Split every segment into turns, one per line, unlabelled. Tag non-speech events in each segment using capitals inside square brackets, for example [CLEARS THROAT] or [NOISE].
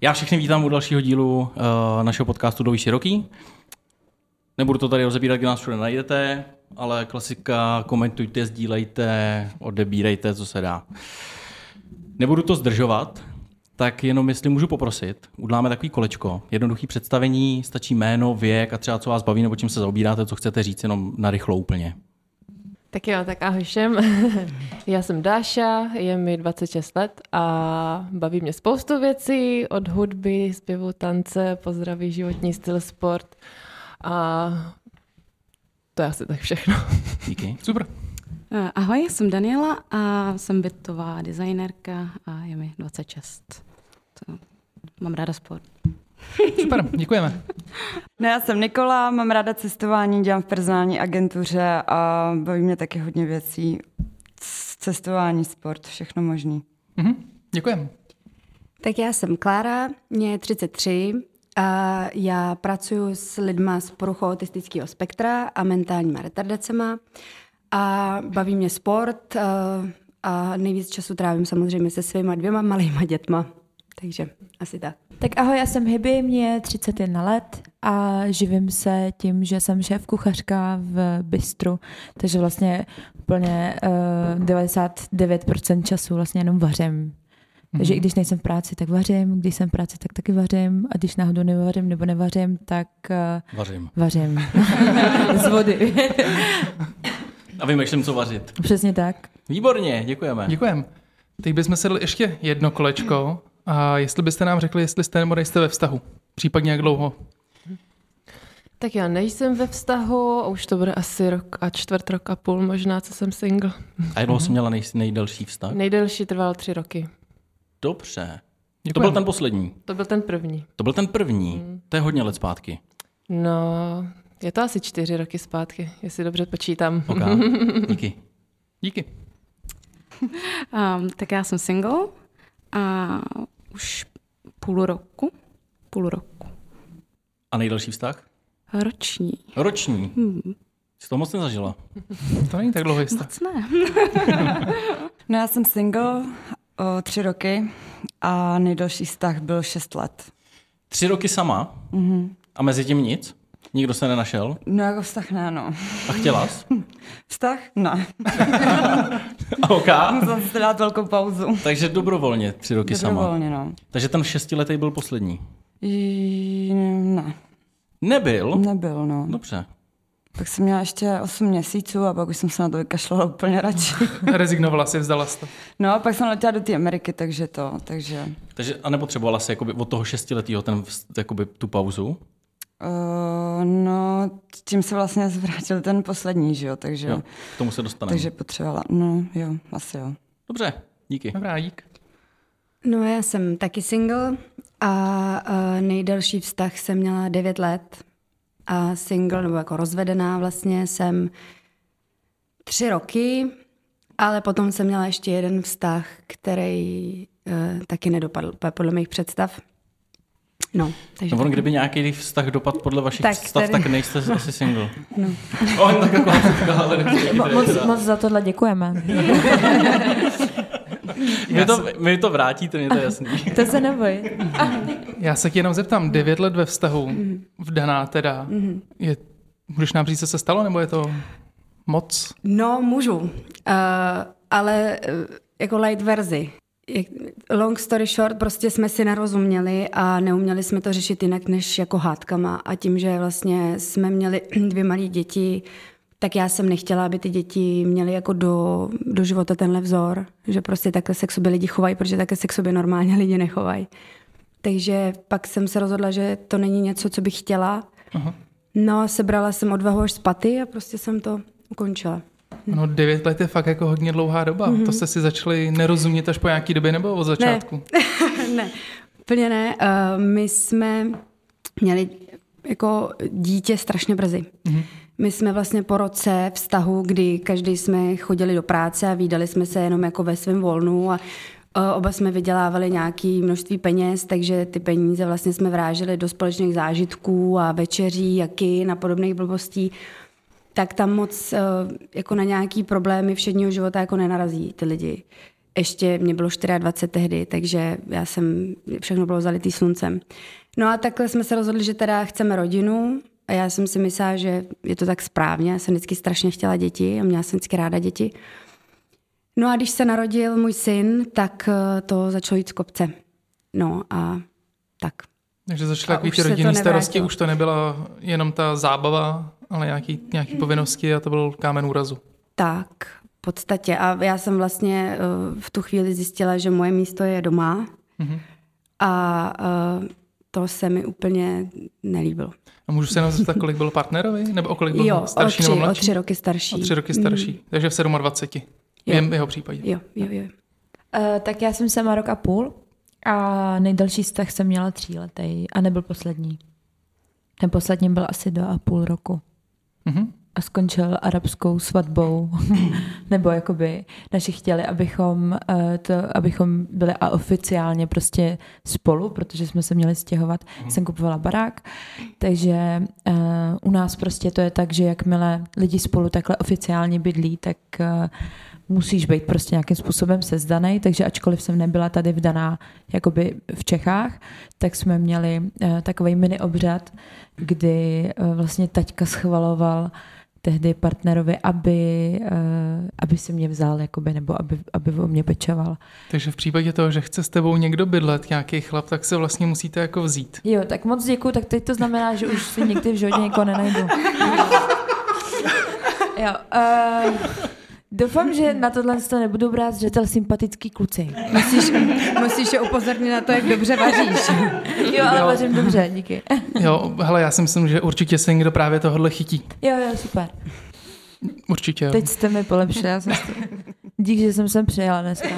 Já všechny vítám u dalšího dílu uh, našeho podcastu Doví široký. Nebudu to tady rozebírat, kde nás všude najdete, ale klasika, komentujte, sdílejte, odebírejte, co se dá. Nebudu to zdržovat, tak jenom jestli můžu poprosit, uděláme takový kolečko, jednoduchý představení, stačí jméno, věk a třeba co vás baví nebo čím se zaobíráte, co chcete říct, jenom narychlo úplně.
Tak jo, tak ahoj všem. [LAUGHS] Já jsem Dáša, je mi 26 let a baví mě spoustu věcí, od hudby, zpěvu, tance, pozdraví, životní styl, sport a to je asi tak všechno. [LAUGHS]
Díky.
[LAUGHS] Super.
Eh, Ahoj, jsem Daniela a jsem bytová designérka a je mi 26. To, mám ráda sport.
Super, děkujeme.
No, já jsem Nikola, mám ráda cestování, dělám v personální agentuře a baví mě taky hodně věcí. C- Cestování, sport, všechno možný.
Mhm, děkujeme.
Tak já jsem Klára, mě je 33 a já pracuji s lidma z poruchou autistického spektra a mentálníma retardacema a baví mě sport eh, a nejvíc času trávím samozřejmě se svýma dvěma malýma dětma. Takže asi tak.
Tak ahoj, já jsem Hyby, mě je 31 let a živím se tím, že jsem šéf kuchařka v bistru, takže vlastně plně uh, 99% času vlastně jenom vařím. Takže i když nejsem v práci, tak vařím, když jsem v práci, tak taky vařím a když náhodou nevařím nebo nevařím, tak uh,
Vařím.
vařím z vody. [LAUGHS]
A vymýšlím, co vařit.
Přesně tak.
Výborně, děkujeme.
Děkujeme. Teď bychom si dali ještě jedno kolečko a jestli byste nám řekli, jestli jste nebo nejste ve vztahu, případně jak dlouho.
Tak já nejsem ve vztahu, a už to bude asi rok a čtvrt rok a půl možná, co jsem single.
A
Mhm.
jak dlouho jsi měla nej, nejdelší vztah?
Nejdelší trval tři roky.
Dobře. Děkujeme. To
Děkujeme.
byl ten poslední.
To byl ten první.
To byl ten první.
Hmm.
Mm. To je hodně let zpátky.
No, je to asi čtyři roky zpátky, jestli dobře počítám.
Ok.
[LAUGHS]
Díky.
Díky.
Um, tak já jsem single a už půl roku, půl roku,
A nejdelší vztah?
roční.
Roční. Hmm. Jsi to moc nezažila.
To není tak dlouhý vztah.
Co ne?
No, já jsem single o, tři roky a nejdelší vztah byl šest let.
Tři roky sama mm-hmm.
Mhm.
a mezi tím nic? Nikdo se nenašel?
No, jako vztah ne, no.
A chtěla jsi?
Vztah? Ne.
OK.
Musela jsem si dát velkou pauzu.
Takže dobrovolně tři roky sama.
Dobrovolně, no.
Takže ten šestiletý byl poslední.
Jí, ne,
Nebyl?
nebyl, no.
Dobře.
Pak jsem měla ještě 8 měsíců a pak už jsem se na to vykašlala úplně radši.
Rezignovala si, vzdala se to.
No a pak jsem letěla do té Ameriky, takže to, takže...
Takže a nepotřebovala si jakoby, od toho šestiletého ten, vz- jakoby, tu pauzu?
Uh, no, tím se vlastně zvrátil ten poslední, že jo, takže...
Jo. K tomu se dostaneme.
Takže potřebovala, no jo, asi jo.
Dobře, díky.
Dobrá, dík.
No já jsem taky single a, a nejdelší vztah jsem měla 9 let a single, nebo jako rozvedená vlastně jsem tři roky, ale potom jsem měla ještě jeden vztah, který eh, taky nedopadl pe- podle mých představ. No, takže...
No on, kdyby nějaký vztah dopad podle vašich tak,
Tak
představ,
tady-
tak nejste asi single. No. [LAUGHS] On tak jako [LAUGHS] ale
Mo- Moc, moc za tohle děkujeme. [LAUGHS]
my, to, my to vrátíte, mě to je jasný.
To se neboj.
Já se tě jenom zeptám, devět let ve vztahu, vdaná teda, je, můžeš nám říct, co se stalo, nebo je to moc?
No, můžu, uh, ale uh, jako light verzi. Jak- Long story short, prostě jsme si nerozuměli a neuměli jsme to řešit jinak než jako hádkama. A tím, že vlastně jsme měli [CLEARS THROAT] dvě malé děti, tak já jsem nechtěla, aby ty děti měly jako do, do života tenhle vzor, že prostě takhle se k sobě lidi chovají, protože takhle se k sobě normálně [LAUGHS] lidi nechovají. Takže pak jsem se rozhodla, že to není něco, co bych chtěla. Aha. No, sebrala jsem odvahu až z paty a prostě jsem to ukončila.
No devět let je fakt jako hodně dlouhá doba. To jste si začali nerozumět až po nějaký době, nebo od začátku?
[LAUGHS] ne, úplně ne. Uh, my jsme měli jako dítě strašně brzy. Mm-hmm. My jsme vlastně po roce vztahu, kdy každý jsme chodili do práce a výdali jsme se jenom jako ve svém volnu a O, Oba jsme vydělávali nějaké množství peněz, takže ty peníze vlastně jsme vráželi do společných zážitků a večeří, jaky na podobných blbostí. Tak tam moc eh, jako na nějaký problémy všedního života jako nenarazí ty lidi. Ještě mě bylo 24 tehdy, takže já jsem, všechno bylo zalitý sluncem. No a takhle jsme se rozhodli, že teda chceme rodinu a já jsem si myslela, že je to tak správně. Já jsem vždycky strašně chtěla děti a měla jsem vždycky ráda děti. No a když se narodil můj syn, tak eh, to začalo jít z kopce. No a tak.
Takže
A
začaly takový
už
ty
se to
rodinný starosti,
nevrátilo.
už to nebyla jenom ta zábava, ale nějaký, nějaký povinnosti a to byl kámen úrazu.
Tak, v podstatě. A já jsem vlastně eh, v tu chvíli zjistila, že moje místo je doma
Mhm.
a eh, to se mi úplně nelíbilo.
A můžu se jenom zeptat, kolik byl partnerovi? Nebo o kolik byl
Jo,
starší
o tři,
nebo
o
mladší?
tři roky starší.
O tři roky starší. Takže v 27. V
Jo.
jeho- jeho případě.
Mm, Jo, jo, jo.
Eh, tak já jsem sama rok a půl a nejdelší vztah jsem měla tříletý a nebyl poslední. Ten poslední byl asi dva a půl roku
Mhm.
a skončil arabskou svatbou. Nebo jakoby naši chtěli, abychom, eh, to, abychom byli a oficiálně prostě spolu, protože jsme se měli stěhovat. Jsem kupovala barák, takže eh, u nás prostě to je tak, že jakmile lidi spolu takhle oficiálně bydlí, tak eh, musíš být prostě nějakým způsobem sezdaný, takže ačkoliv jsem nebyla tady vdaná jakoby v Čechách, tak jsme měli eh, takový mini obřad, kdy eh, vlastně taťka schvaloval tehdy partnerovi, aby, eh, aby si mě vzal, jakoby, nebo aby, aby o mě pečoval.
Takže v případě toho, že chce s tebou někdo bydlet, nějaký chlap, tak se vlastně musíte jako vzít.
Jo, tak moc děkuju, tak teď to znamená, že už si někdy v životě někoho nenajdu. Jo, uh, doufám, že na tohle to nebudu brát zřetel sympatický kluci.
Musíš, musíš je upozornit na to, jak dobře vaříš.
Jo, ale vařím dobře, díky.
Jo, hele, já si myslím, že určitě se někdo právě tohohle chytí.
Jo, jo, super.
Určitě. Jo.
Teď jste mi polepšili, já jsem si... Dík, že jsem sem přijela dneska.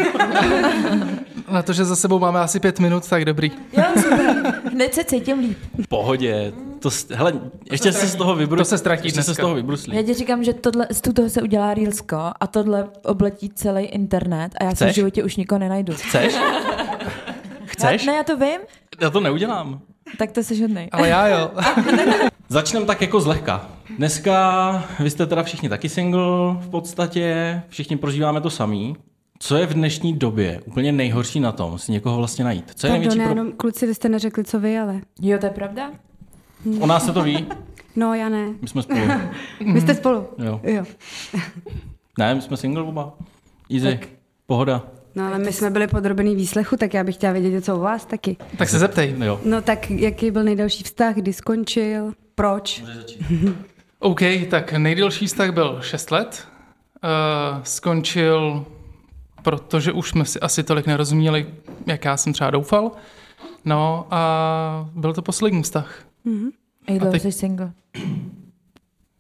Na to, že za sebou máme asi pět minut, tak dobrý.
Jo, super. Hned se cítím líp.
V pohodě. To, s- hele, ještě se z toho vybrusli.
To se ztratí
Ještě se z
dneska.
toho
Já
vybruslí.
ti říkám, že tohle, z toho se udělá Reelsko a tohle obletí celý internet a já si v
Chceš?
životě už nikoho nenajdu. No,
Chceš? [LAUGHS] Chceš?
Já, ne, já to vím,
Já to neudělám.
tak to se žodnej.
Ale já
[LAUGHS]
jo.
Začneme tak jako zlehka. Dneska vy jste teda všichni taky single v podstatě, všichni prožíváme to samý. Co je v dnešní době úplně nejhorší na tom, si někoho vlastně najít? Co je
Pardon,
největší
já
pro...
jenom, kluci, vy jste neřekli, co vy, ale...
Jo, to je pravda?
O nás se to ví,
No, já ne.
my jsme spolu.
Mhm.
Vy jste spolu.
Jo.
Jo.
Ne, my jsme single oba. Easy, pohoda.
No, ale my jsme byli podrobený výslechu, tak já bych chtěla vědět něco o vás taky.
Tak se zeptej.
Jo.
No tak jaký byl nejdelší vztah, kdy skončil, proč?
OK, tak nejdelší vztah byl 6 let. Uh, skončil, protože už jsme si asi tolik nerozuměli, jak já jsem třeba doufal. No a byl to poslední vztah.
Jak dlouho
teď-
jsi single?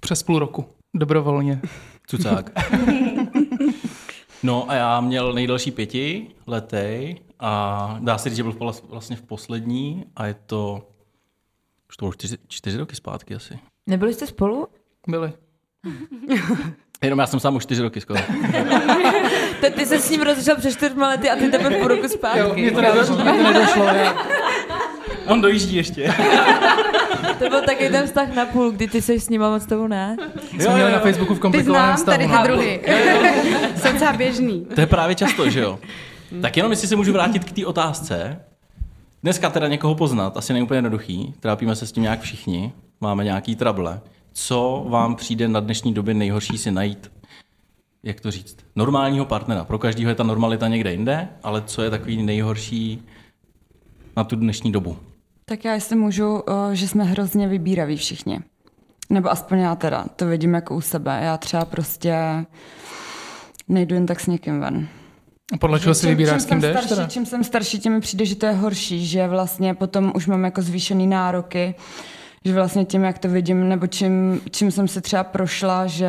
Přes půl roku. Dobrovolně.
Cucák. No a já měl nejdelší pěti letej a dá se říct, že byl vlas- vlastně v poslední a je to, už to bylo čtyři, čtyři roky zpátky asi.
Nebyli jste spolu?
Byli.
Jenom já jsem sám už čtyři roky skoro.
Tak ty se s ním rozešel před čtyřma lety a ty teprve po roku zpátky.
mě to nedošlo. Mě to nedošlo já.
On dojíždí ještě.
To byl taky ten vztah na půl, kdy ty jsi s ním a moc tebou ne.
Jsme měli na Facebooku v komplikovaném vztahu. no.
Jsem [LAUGHS] docela běžný.
To je právě často, že jo? Tak jenom jestli se můžu vrátit k té otázce. Dneska teda někoho poznat, asi není úplně jednoduchý, trápíme se s tím nějak všichni, máme nějaký trable. Co vám přijde na dnešní době nejhorší si najít, jak to říct, normálního partnera? Pro každého je ta normalita někde jinde, ale co je takový nejhorší na tu dnešní dobu?
Tak já jestli můžu, eh, že jsme hrozně vybíraví všichni. Nebo aspoň já teda, to vidím jako u sebe. Já třeba prostě nejdu jen tak s někým ven.
A Podle čeho si
Čím-
vybíráš,
čím
s kým
jsem
jdeš?
starší,
Teda?
Čím jsem starší, tím mi přijde, že to je horší, že vlastně potom už mám jako zvýšený nároky, že vlastně tím, jak to vidím, nebo čím, čím jsem se třeba prošla, že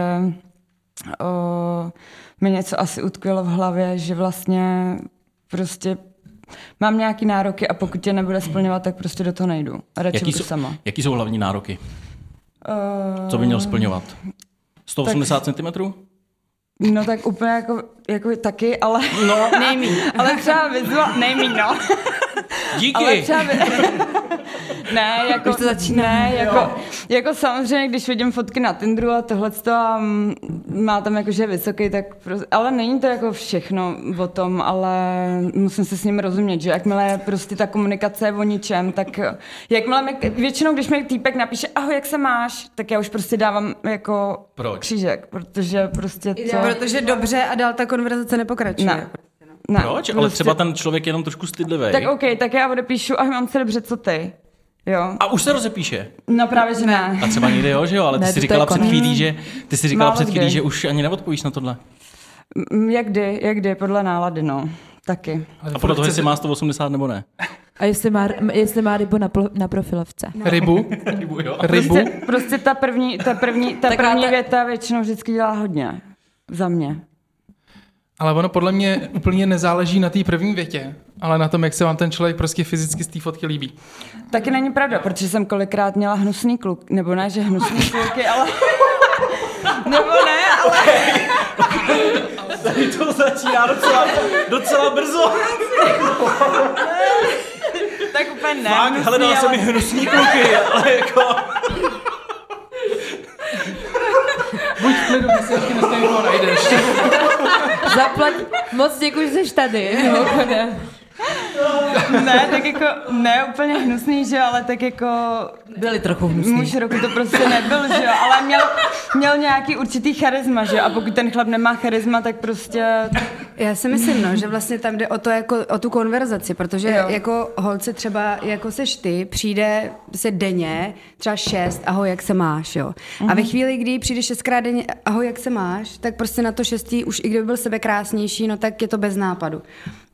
o, mi něco asi utkvělo v hlavě, že vlastně prostě mám nějaký nároky a pokud tě nebude splňovat, tak prostě do toho nejdu. A radši
Jaký
budu
jsou,
sama.
jaký jsou hlavní nároky?
Eh,
Co by měl splňovat? 180 cm?
No tak úplně jako, jako taky, ale, [LAUGHS]
No,
nejmín. ale třeba vizuál, nejmín, no. Ale
díky.
třeba...
[LAUGHS]
ne, jako, to ne, jako, jako samozřejmě, když vidím fotky na Tinderu a tohle a mm, má tam jako, že je vysoký, tak prostě, ale není to jako všechno o tom, ale musím se s ním rozumět, že jakmile je prostě ta komunikace je o ničem, tak jakmile mi, většinou, když mi týpek napíše, ahoj, jak se máš, tak já už prostě dávám jako
Proč?
křížek, protože prostě to...
Protože dobře a dál ta konverzace nepokračuje.
Ne. ne. prostě-
Proč? Ale třeba ten člověk je jenom trošku stydlivý.
Tak OK, tak já odepíšu, a mám se dobře, co ty? Jo.
A už se rozepíše.
No právě, že ne.
A třeba někde jo, že jo, ale ty
Ne,
jsi
to je
říkala před
konec.
chvílí, že ty jsi říkala
Málo
před chvílí,
kdy.
že už ani neodpovíš na tohle.
M- jakdy, jakdy, podle nálady, no. Taky.
A podle toho, jestli má 180 nebo ne.
A jestli má, jestli má rybu na, pl- na profilovce.
Rybu,
[LAUGHS] Rybu, jo.
rybu.
Prostě, prostě ta první, ta první, ta
Taková
první
ta-
věta většinou vždycky dělá hodně. Za mě.
Ale ono podle mě úplně nezáleží na té první větě, ale na tom, jak se vám ten člověk prostě fyzicky z té fotky líbí.
Taky není pravda, protože jsem kolikrát měla hnusný kluk, nebo ne, že hnusný kluky, ale... nebo ne, ale...
Tady [LAUGHS] to začíná docela, docela brzo.
Tak úplně ne.
Fakt,
hnusný,
hledal
ale...
jsem i hnusný [LAUGHS] kluky, ale jako...
Buď v klidu, ty si ještě nestejně ho najdeš.
Zaplať, moc děkuji, že jsi tady.
Ne, tak jako, ne úplně hnusný, že, ale tak jako...
Byli trochu
Muž roku to prostě nebyl, že jo, ale měl, měl nějaký určitý charisma, že jo, a pokud ten chlap nemá charisma, tak prostě
Já si myslím, no, že vlastně tam jde o to jako, o tu konverzaci, protože
Jo.
jo. jako holce třeba, jako seš ty, přijde se denně, třeba šest, ahoj, jak se máš, jo. A ve chvíli, kdy přijde šestkrát denně, ahoj, jak se máš, tak prostě na to šestý, už i kdyby byl sebe krásnější, no tak je to bez nápadu.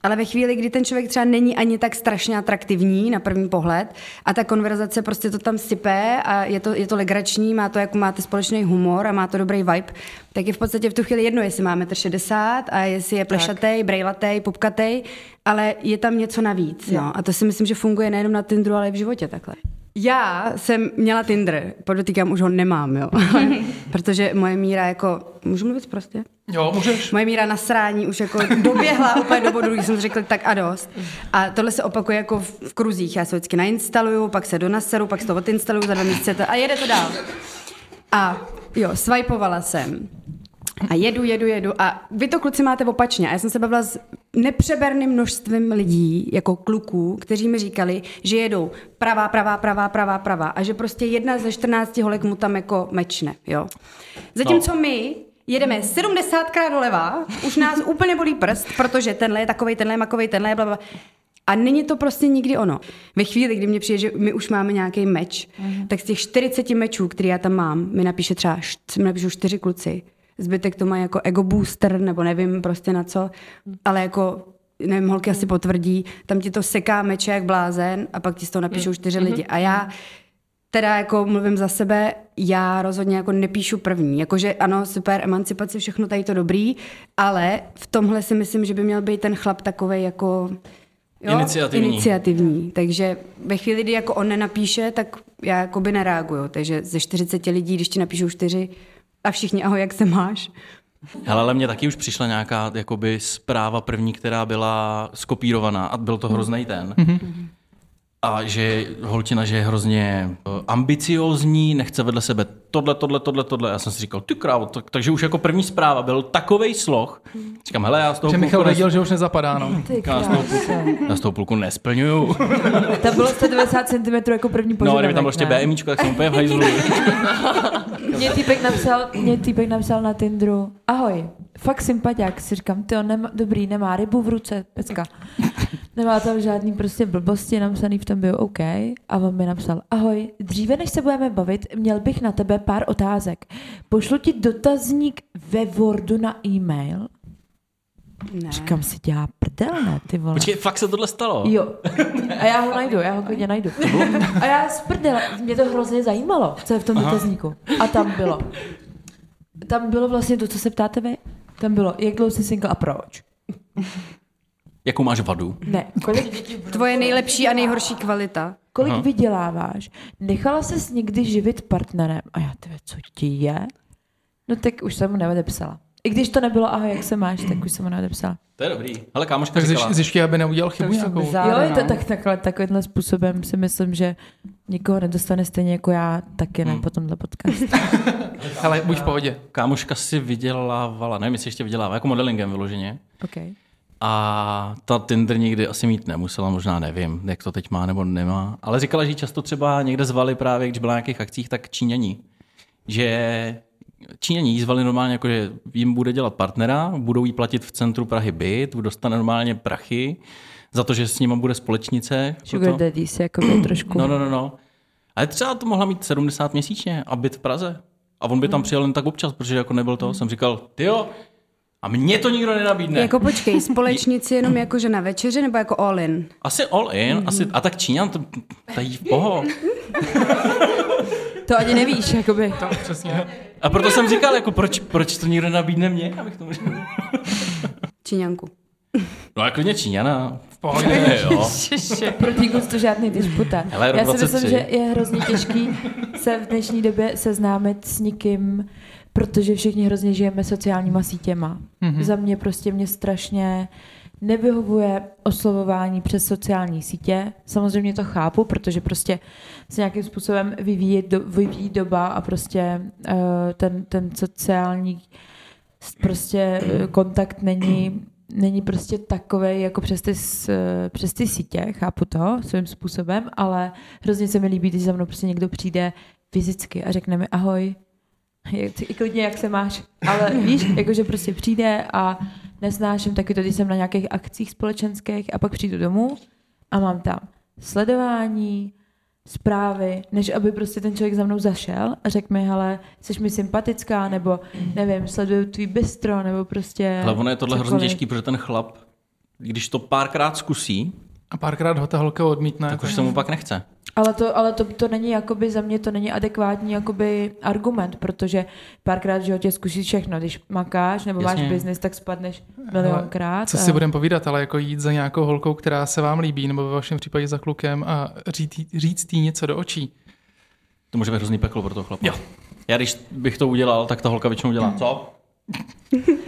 Ale ve chvíli, kdy ten člověk třeba není ani tak strašně atraktivní na první pohled a ta konverzace prostě to tam sype a je to, je to legrační, má to jako máte společný humor a má to dobrý vibe, tak je v podstatě v tu chvíli jedno, jestli máme 60 a jestli je plešatej, brejlatej, pupkatej, ale je tam něco navíc. No. A to si myslím, že funguje nejenom na Tinderu, ale i v životě takhle. Já jsem měla Tinder, podotýkám, už ho nemám, jo. [LAUGHS] Protože moje míra jako, můžu mluvit prostě?
Jo, můžeš.
Moje míra nasrání už jako doběhla úplně do bodu, kdy jsem řekla tak a dost. A tohle se opakuje jako v, v kruzích. Já se vždycky nainstaluju, pak se donaseru, pak se to odinstaluju, za dva měsíce to, a jede to dál. A jo, swipeovala jsem. A jedu, jedu, jedu. A vy to kluci máte opačně. A já jsem se bavila s nepřeberným množstvím lidí, jako kluků, kteří mi říkali, že jedou pravá, pravá, pravá, pravá, pravá. A že prostě jedna ze 14 holek mu tam jako mečne, jo. Zatímco no. my jedeme 70krát doleva, už nás úplně bolí prst, protože tenhle je takovej, tenhle je makovej, tenhle je blablabla. A není to prostě nikdy ono. Ve chvíli, kdy mě přijde, že my už máme nějaký meč, uh-huh. tak z těch 40 mečů, který já tam mám, mi napíše třeba št, mi napíšou čtyři kluci. Zbytek to má jako ego booster, nebo nevím prostě na co, ale jako nevím, holky asi potvrdí, tam ti to seká meče jak blázen a pak ti z toho napíšou čtyři lidi. A já teda jako mluvím za sebe, já rozhodně jako nepíšu první. Jakože ano, super, emancipace, všechno tady to dobrý, ale v tomhle si myslím, že by měl být ten chlap takovej jako...
Iniciativní.
iniciativní. Takže ve chvíli, kdy jako on nenapíše, tak já jako by nereaguju. Takže ze 40 lidí, když ti napíšou čtyři a všichni, ahoj, jak se máš?
Hele, ale mně taky už přišla nějaká jakoby zpráva první, která byla skopírovaná a byl to
Mhm.
hrozný ten. A že holčina, že je hrozně eh, ambiciózní, nechce vedle sebe tohle, tohle, tohle, tohle. Já jsem si říkal, ty krávo, tak, takže už jako první zpráva byl takovej sloh.
Mhm.
Říkám, hele, já z toho
Že Michal
kluku nes-
věděl, že už nezapadá, no.
já z toho pulku, já z toho pulku
[LAUGHS]
nesplňuju.
Tam bylo 190 cm jako první
No,
požadavek.
kdyby tam bylo ještě
ne?
BMIčko, tak jsem úplně v
[LAUGHS]
hajzlu.
Mě týpek napsal, mě týpek napsal na Tinderu, ahoj, fakt sympatiák, si říkám, ty nemá, dobrý, nemá rybu v ruce, pecka. Nemá tam žádný prostě blbosti, napsaný v tom byl OK. A on mi napsal, ahoj, dříve než se budeme bavit, měl bych na tebe pár otázek. Pošlu ti dotazník ve Wordu na e-mail.
Ne.
Říkám si, dělá prdel, ne, ty vole.
Počkej, fakt se tohle stalo.
Jo. A já ho najdu, já ho klidně najdu. A já z prdele, mě to hrozně zajímalo, co je v tom dotazníku. A tam bylo. Tam bylo vlastně to, co se ptáte vy. Tam bylo, jak dlouho jsi single a proč.
Jakou máš vadu?
Ne, kolik dětí
Tvoje nejlepší a nejhorší kvalita.
Kolik
Aha.
Aha. vyděláváš? Nechala ses někdy živit partnerem? A já, tebe, co ti je? No tak už jsem mu neodepsala. I když to nebylo ahoj, jak se máš, tak už jsem mu odepsala.
To je dobrý. Ale kámoška
Tak
říkala,
zjiš- zjišťuji, aby neudělal chybu
už jsou
nějakou.
bizár.
jo,
Zároveň.
je to tak, takhle, takovýmhle způsobem si myslím, že nikoho nedostane stejně jako já, taky ne
Hmm.
po tomhle podcastu.
Ale buď v pohodě.
kámoška si vydělávala, nevím, jestli ještě vydělává, jako modelingem vyloženě.
Okay.
A ta Tinder nikdy asi mít nemusela, možná nevím, jak to teď má nebo nemá. Ale říkala, že ji často třeba někde zvali právě, když byla na nějakých akcích, tak Číňaní. Že Číňaní jí zvali normálně, jako, že jim bude dělat partnera, budou jí platit v centru Prahy byt, dostane normálně prachy za to, že s nima bude společnice.
Sugar
proto-
daddies, jako by trošku.
No, no, no, no. Ale třeba to mohla mít 70 měsíčně a byt v Praze. A on by tam přijel jen tak občas, protože jako nebyl to. Jsem říkal, ty jo, a mě to nikdo nenabídne.
Jako počkej, společníci jenom jako že na večeři nebo jako all in?
Asi all in, asi, a tak Číňan, to, tají v poho.
To ani nevíš, jakoby.
Přesně.
A proto jsem říkal, jako proč, proč to nikdo nabídne mě, abych to možná...
Číňanku.
No a klidně Číňana.
V pohodě.
Ne, [LAUGHS] jo.
[LAUGHS] Proti gustu žádný disputa.
Hele, rok
Já si
23.
myslím, že je hrozně těžký se v dnešní době seznámit s nikým, protože všichni hrozně žijeme sociálníma sítěma.
Mhm.
Mm-hmm. Za mě prostě mě strašně nevyhovuje oslovování přes sociální sítě. Samozřejmě to chápu, protože prostě se nějakým způsobem vyvíjí, do, vyvíjí doba a prostě uh, ten, ten sociální s- prostě eh, kontakt není, není prostě takový jako přes ty, s- eh, přes ty sítě, chápu to svým způsobem, ale hrozně se mi líbí, když za mnou prostě někdo přijde fyzicky a řekne mi ahoj, je- i klidně jak se máš,
[LAUGHS]
ale víš, jakože prostě přijde a nesnáším taky to, když jsem na nějakých akcích společenských a pak přijdu domů a mám tam sledování, zprávy, než aby prostě ten člověk za mnou zašel a řekl mi, hele, jsi mi sympatická, nebo nevím, sleduju tvůj bistro, nebo prostě...
Ale ono je tohle hrozně
cokoliv.
těžký, protože ten chlap, když to párkrát zkusí,
A párkrát ho ta holka odmítne.
tak už se mu pak nechce.
Ale, to, ale to, to není jakoby za mě, to není adekvátní jakoby argument, protože párkrát v životě zkusíš všechno. Když makáš nebo Jasně.
Jasně.
máš biznis, tak spadneš milionkrát.
Co si budeme povídat, ale jako jít za nějakou holkou, která se vám líbí, nebo ve vašem případě za klukem a říct, jí- říct jí něco do očí.
To může být hrozný peklo pro toho chlapa.
Jo.
Já když bych to udělal, tak ta holka většinou dělá, co?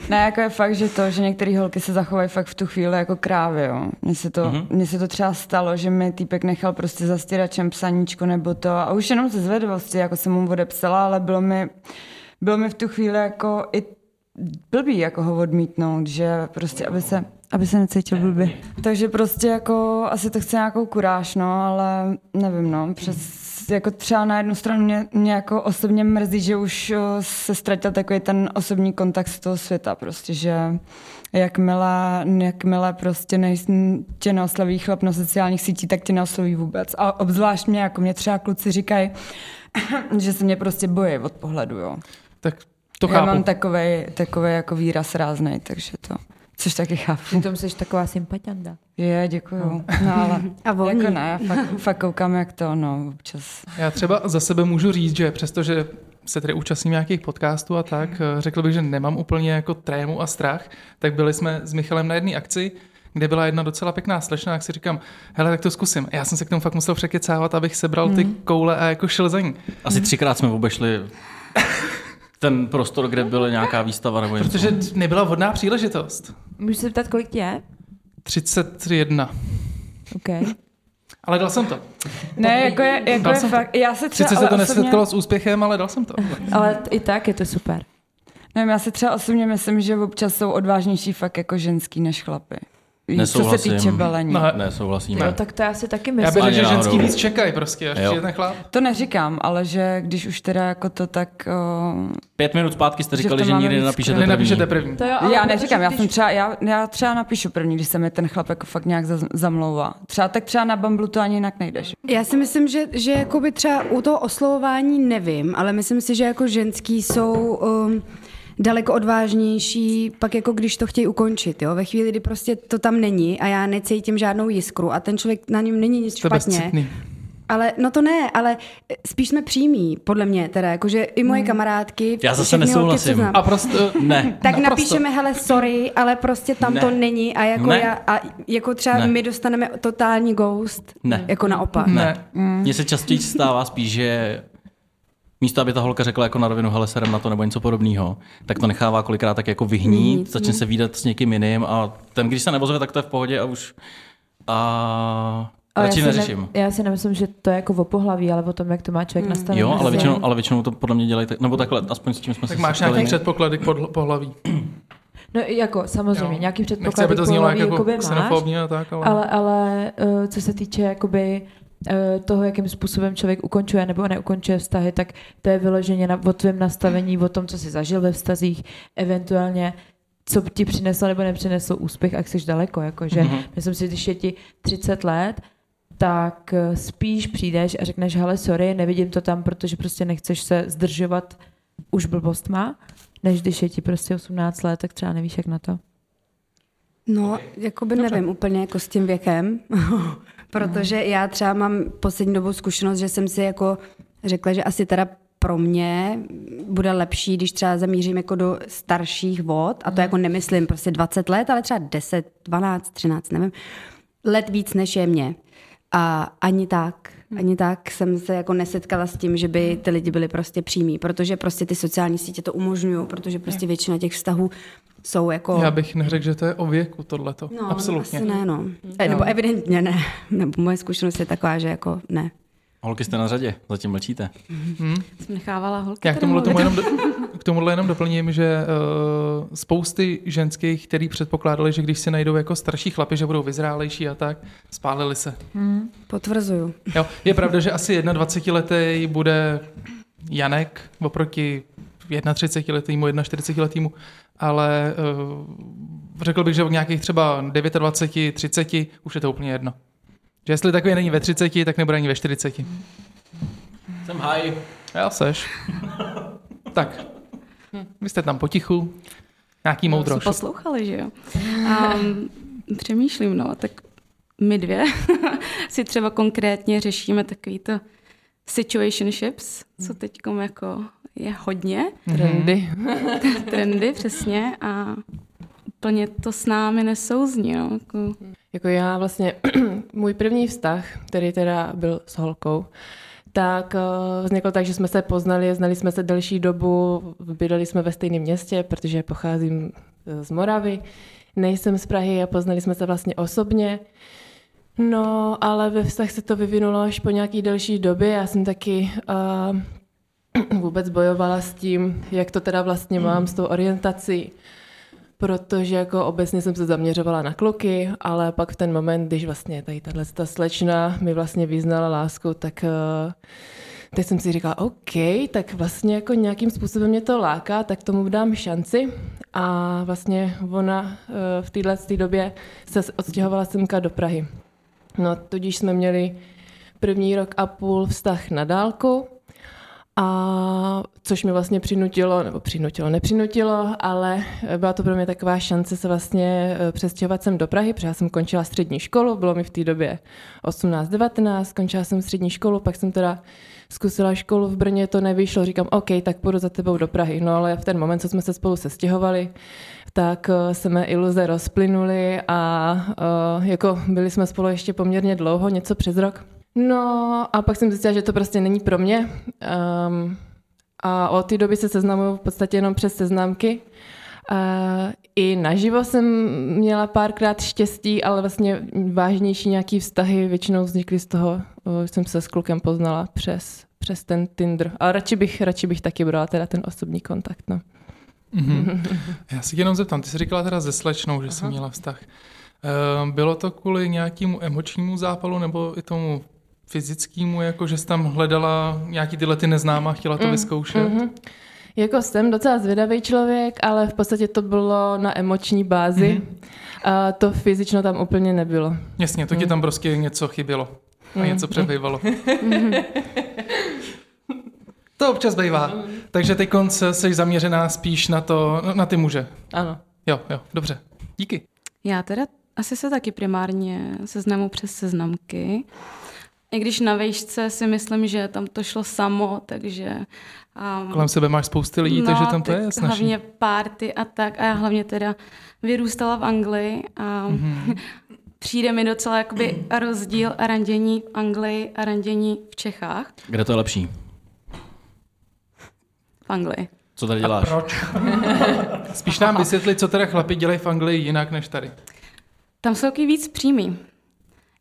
Ne, jako je fakt, že to, že některé holky se zachovají fakt v tu chvíli jako krávy, jo. Mně se, to, mm-hmm. mně se to třeba stalo, že mi týpek nechal prostě zastíračem psaníčko nebo to a už jenom ze zvědavosti, jako jsem mu odepsala, ale bylo mi, bylo mi v tu chvíli jako i blbý jako ho odmítnout, že prostě, aby se, aby se necítil blbý. Takže prostě jako asi to chce nějakou kuráž, no, ale nevím, no, přes jako třeba na jednu stranu mě, mě jako osobně mrzí, že už o, se ztratil takový ten osobní kontakt z toho světa prostě, že jakmile, jakmile prostě nej, tě neosloví chlap na sociálních sítích, tak tě neosloví vůbec. A obzvlášť mě, jako mě třeba kluci říkají, [COUGHS] že se mě prostě bojí od pohledu, jo.
Tak to
Já
chápu.
mám takový, takový jako výraz ráznej, takže to, což taky chápu.
Přitom jsi taková sympatianda.
Je, děkuju. No ale
A volní.
jako ne, já fakt, fakt koukám, jak to, no, občas.
Já třeba za sebe můžu říct, že přestože se tedy účastním nějakých podcastů a tak, eh, řekl bych, že nemám úplně jako trému a strach, tak byli jsme s Michalem na jedné akci, kde byla jedna docela pěkná slečna, jak si říkám, hele, tak to zkusím. A Já jsem se k tomu fakt musel překecávat, abych sebral ty koule a jako šel za ní.
Asi třikrát jsme obešli ten prostor, kde byla nějaká výstava nebo něco.
Protože nebyla vhodná příležitost.
Můžu se ptat, kolik ti je?
31.
Okay.
Ale dal jsem to.
Ne, jako je, jako
Dal
je
jsem to.
fakt, já se třeba
Sice se
ale
to
osobně,
nesetkalo s úspěchem, ale dal jsem to.
Ale t- i tak je to super.
nevím, já se třeba osobně myslím, že občas jsou odvážnější fakt jako ženský než chlapy. Víš, Co se
Nesouhlasím.
týče balení.
No,
No.
Ne,
Ne.
souhlasíme.
No, tak to já si taky
Já
myslím.
bych
Ani
řekl, že
náhodou.
ženský víc čekají prostě, až
Jo.
je ten chlap.
To neříkám, ale že když už teda jako to tak...
Pět minut zpátky jste
Že
říkali,
to
že,
máme
nikdy
víc
nenapíšete
Nenapíšete
první.
první.
To jo,
Uh,
ale
já
protože
neříkám, já
když-
jsem třeba, já, já třeba napíšu první, když se mi ten chlap jako fakt nějak zaz- zamlouvá. Třeba tak třeba na Bumble to ani jinak nejdeš.
Já si myslím, že, že jakoby třeba u toho oslovování nevím, ale myslím si, že jako ženský jsou um, daleko odvážnější, pak jako když to chtějí ukončit, jo? ve chvíli, kdy prostě to tam není a já necítím žádnou jiskru a ten člověk na něm není nic
To je
špatně.
bezcitný.
Ale no to ne, ale spíš jsme přímí, podle mě teda, jakože i moje
Hmm.
kamarádky.
Já zase
všechny holky, co
nesouhlasím.
znám.
A prostě...
Ne.
Tak
Naprosto.
napíšeme, hele, sorry, ale prostě tam
Ne.
to není a jako,
Ne.
já, a jako třeba
Ne.
my dostaneme totální ghost,
Ne.
jako naopak.
Ne. Mně se častěji stává spíš, že místo aby ta holka řekla jako na rovinu, hele, serem na to nebo něco podobného, tak to nechává kolikrát tak jako vyhnít,
Vyhnít,
mm.
začne se výdat s někým jiným a ten, když se nevozve, tak to je v pohodě a už a
Ale
radši
já si
neřeším.
Ne, já si nemyslím, že to je jako o pohlaví, ale o tom, jak to má
Hmm.
člověk nastavené.
Jo, ale
Asi.
většinou, ale většinou to podle mě dělají, tak, nebo takhle, aspoň s čím jsme
Tak
se
máš
setkali
nějaký
my.
předpoklady k podhl- pohlaví.
No jako samozřejmě,
Jo.
nějaký
Nechci,
předpoklad
aby to znělo jak jako
máš,
xenofobně a tak, ale...
ale, ale eh, co se týče jakoby eh, toho, jakým způsobem člověk ukončuje nebo neukončuje vztahy, tak to je vyloženě na, o tvém nastavení, o tom, co jsi zažil ve vztazích, eventuálně co ti přineslo nebo nepřineslo úspěch, jak jsi daleko. Jakože,
Mhm.
mm-hmm. Myslím si, když je ti 30 let, tak eh, spíš přijdeš a řekneš, hele, sorry, nevidím to tam, protože prostě nechceš se zdržovat už blbostma, než když je ti prostě 18 let, tak třeba nevíš, jak na to.
No, jakoby nevím úplně jako s tím věkem, [LAUGHS] protože já třeba mám poslední dobou zkušenost, že jsem si jako řekla, že asi teda pro mě bude lepší, když třeba zamířím jako do starších vod, a to jako nemyslím prostě 20 let, ale třeba 10, 12, 13, nevím, let víc než je mě. A ani tak, ani tak jsem se jako nesetkala s tím, že by ty lidi byli prostě přímí, protože prostě ty sociální sítě to umožňují, protože prostě většina těch vztahů jsou jako...
Já bych neřekl, že to je o věku tohleto.
No,
Absolutně.
asi ne, no. E, nebo evidentně ne. Nebo moje zkušenost je taková, že jako ne.
Holky jste na řadě, zatím mlčíte.
Jsem nechávala holky
Já
tady
k tomuhle, tomu
mluvit.
jenom, do,
[LAUGHS]
k tomuhle jenom doplním, že uh, spousty ženských, který předpokládali, že když si najdou jako starší chlapy, že budou vyzrálejší a tak, spálili se.
Potvrzuju.
Jo, je pravda, že asi 21-letý bude Janek oproti 31-letýmu, 41-letýmu, ale uh, řekl bych, že od nějakých třeba 29, 30 už je to úplně jedno. Že jestli takový není ve 30, tak nebude ani ve 40.
Jsem high.
Já seš. tak. Vy jste tam potichu. Nějaký moudro.
Jsi poslouchali, že jo? Um, přemýšlím, no, tak my dvě [LAUGHS] si třeba konkrétně řešíme takový to situationships, co teď jako je hodně,
Trendy.
trendy přesně a úplně to s námi nesouzní, no. Jako,
Jako já vlastně, [CLEARS THROAT] můj první vztah, který teda byl s holkou, tak eh, vznikl tak, že jsme se poznali, znali jsme se delší dobu, bydleli jsme ve stejném městě, protože pocházím eh, z Moravy, nejsem z Prahy a poznali jsme se vlastně osobně. No, ale ve vztah se to vyvinulo až po nějaký delší době. Já jsem taky uh, [CLEARS THROAT] vůbec bojovala s tím, jak to teda vlastně mám s tou orientací, protože jako obecně jsem se zaměřovala na kluky, ale pak v ten moment, když vlastně tady tahle ta slečna mi vlastně vyznala lásku, tak eh, teď jsem si říkala, OK, tak vlastně jako nějakým způsobem mě to láká, tak tomu dám šanci. A vlastně ona eh, v téhle té době se odstěhovala semka do Prahy. No, tudíž jsme měli první rok a půl vztah na dálku, a což mi vlastně přinutilo, nebo přinutilo, nepřinutilo, ale byla to pro mě taková šance se vlastně eh, přestěhovat sem do Prahy, protože já jsem končila střední školu, bylo mi v té době 18-19, končila jsem střední školu, pak jsem teda zkusila školu v Brně, to nevyšlo, říkám, OK, tak půjdu za tebou do Prahy. No ale v ten moment, co jsme se spolu sestěhovali, tak eh, se mé iluze rozplynuly a eh, jako byli jsme spolu ještě poměrně dlouho, něco přes rok. No a pak jsem zjistila, že to prostě není pro mě. Um, a od té doby se seznamuju v podstatě jenom přes seznamky. Uh, I naživo jsem měla párkrát štěstí, ale vlastně vážnější nějaký vztahy většinou vznikly z toho, eh, že jsem se s klukem poznala přes, přes ten Tinder. Ale radši bych, radši bych taky brala teda ten osobní kontakt. No.
Mhm. Já si tě jenom zeptám, ty jsi říkala teda ze slečnou, že jsi měla vztah. Ehm, Bylo to kvůli nějakému emočnímu zápalu nebo i tomu fyzickému, jako že jsi tam hledala nějaký tyhle ty neznámá, chtěla to vyzkoušet?
Mhm. Jako jsem docela zvědavý člověk, ale v podstatě to bylo na emoční bázi. A to fyzično tam úplně nebylo.
Jasně, to ti tam prostě něco chybělo a něco přebývalo. [LAUGHS] To občas bývá. Mm. Takže ty konce jsi zaměřená spíš na to, na ty muže.
Ano.
Jo, jo, dobře. Díky.
Já teda asi se taky primárně seznamu přes seznamky. I když na vejšce si myslím, že tam to šlo samo, takže... Um,
Kolem sebe máš spousty lidí, takže tam to
tak
je snaží.
No, Hlavně párty a tak. A já hlavně teda vyrůstala v Anglii a
Mhm.
mm-hmm. [LAUGHS] přijde mi docela jakoby rozdíl a randění v Anglii a randění v Čechách.
Kde to je lepší?
v Anglii.
Co tady děláš?
Proč? Spíš nám vysvětli, co teda chlapi dělají v Anglii jinak než tady.
Tam jsou taky víc přímý.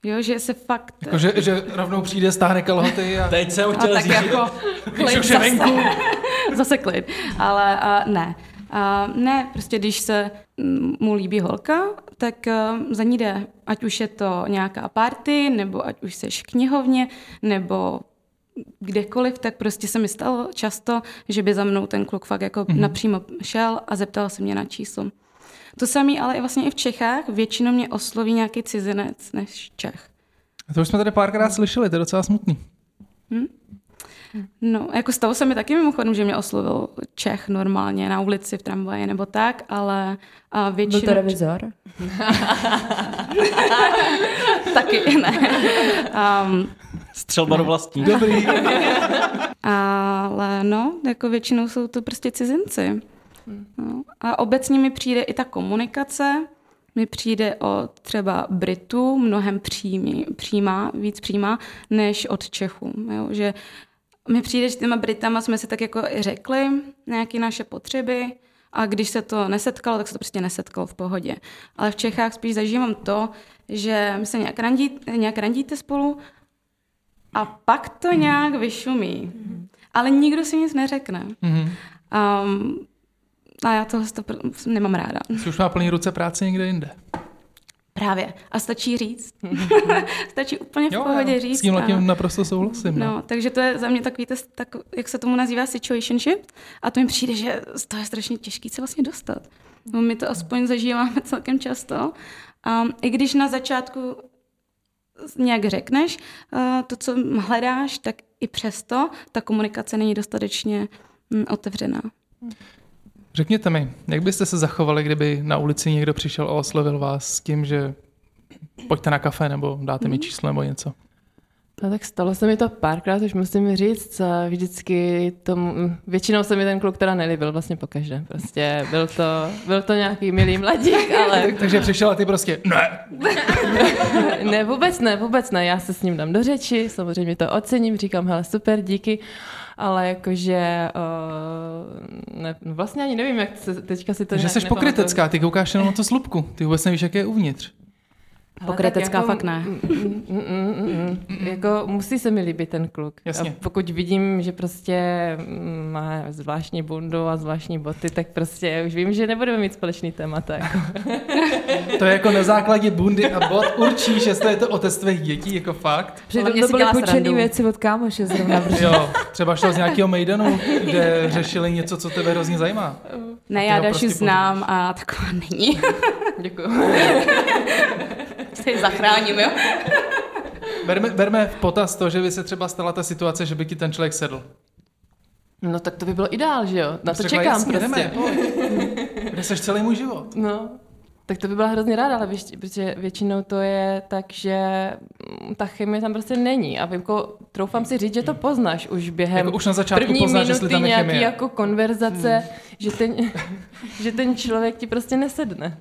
Jo, že se fakt...
Jako, že, že rovnou přijde, stáhne kalhoty a...
Teď jsem
a
chtěl
tak
říct,
jako
[LAUGHS] Když
klid
už je
zase,
venku.
[LAUGHS] zase klid. Ale uh, ne. Uh, ne, prostě když se mm, mu líbí holka, tak uh, za ní jde. Ať už je to nějaká party, nebo ať už seš v knihovně, nebo kdekoliv, tak prostě se mi stalo často, že by za mnou ten kluk fakt jako
Mhm.
mm-hmm. napřímo šel a zeptal se mě na číslo. To samé, ale i vlastně i v Čechách většinou mě osloví nějaký cizinec než Čech.
A To už jsme tady párkrát slyšeli, to je docela smutný.
No, jako stalo se mi taky mimochodem, že mě oslovil Čech normálně na ulici, v tramvaji nebo tak, ale a
Byl
většinou...
to revizor?
[LAUGHS] Taky, ne.
[LAUGHS]
Um,
střelba do vlastní.
Dobrý.
ale no, jako většinou jsou to prostě cizinci. No, a obecně mi přijde i ta komunikace, mi přijde od třeba Britů mnohem přímý, přímá, víc přímá, než od Čechů. Jo? Že mi přijde, že těma Britama jsme si tak jako i řekli nějaké naše potřeby a když se to nesetkalo, tak se to prostě nesetkalo v pohodě. Ale v Čechách spíš zažívám to, že my se nějak, randí, nějak randíte spolu a pak to nějak vyšumí. Ale nikdo si nic neřekne.
Mhm.
Um, a já tohle to pr- nemám ráda.
Jsi už má plný ruce práce někde jinde.
Právě. A stačí říct. Mhm. [LAUGHS] stačí úplně v
Jo,
pohodě
jo,
říct.
S tímhle
a-
tím naprosto souhlasím. No.
No, takže to je za mě takový, test, tak, jak se tomu nazývá situationship a to mi přijde, že z toho je strašně těžký se vlastně dostat. No, my to aspoň zažíváme celkem často. Um, I když na začátku nějak řekneš uh, to, co hledáš, tak i přesto ta komunikace není dostatečně mm, otevřená.
Řekněte mi, jak byste se zachovali, kdyby na ulici někdo přišel a oslovil vás s tím, že pojďte na kafe nebo dáte mi číslo nebo něco.
No tak stalo se mi to párkrát, už musím říct, a vždycky tomu, mm, většinou se mi ten kluk teda nelíbil vlastně po každé. Prostě byl to, byl to nějaký milý mladík,
[LAUGHS]
ale
Takže přišel a ty prostě, ne,
ne, vůbec ne, vůbec ne, já se s ním dám do řeči, samozřejmě to ocením, říkám, hele, super, díky, ale jakože, uh, ne, no vlastně ani nevím, jak se, teďka si to
že
nějak
jsi
nepamatuju.
pokrytecká, ty koukáš jenom na tu slupku, ty vůbec nevíš, jak je uvnitř.
Hele, tak
Pokrytecká fakt ne.
mm, mm, mm, mm, mm, mm. Jako musí se mi líbit ten kluk.
Jasně.
A pokud vidím, že prostě mm, má zvláštní bundu a zvláštní boty, tak prostě už vím, že nebudeme mít společný témata.
[LAUGHS]
Jako.
To je jako na základě bundy a bod určíš, jestli je to otec tvých dětí, jako fakt.
Přitom
mě
to
si
byly
dělá
půjčený
srandu.
věci od
[LAUGHS]
kámoše zrovna. protože-
Jo, třeba šel z nějakého Maidanu, kde řešili něco, co tebe hrozně zajímá.
Ne,
ty
já
ho
Dašu
prostě
znám a taková není. [LAUGHS]
Děkuji.
se ji zachráním, jo?
Berme, berme v potaz to, že by se třeba stala ta situace, že by ti ten člověk sedl.
No tak to by bylo ideál, že jo? Na to
Řekla,
čekám
No jasně,
prostě.
jdeme, pojď. Kde jsi celý můj život?
No, tak to by byla hrozně ráda, ale věš- protože většinou to je tak, že mm, ta chemie tam prostě není. A Vimko, troufám si říct, že to poznáš už během
Mm. Jako už na začátku
první
poznáš, jestli
minuty
tam je
nějaký
chemie. Hmm.
jako konverzace, že, ten, [LAUGHS] že ten člověk ti prostě nesedne.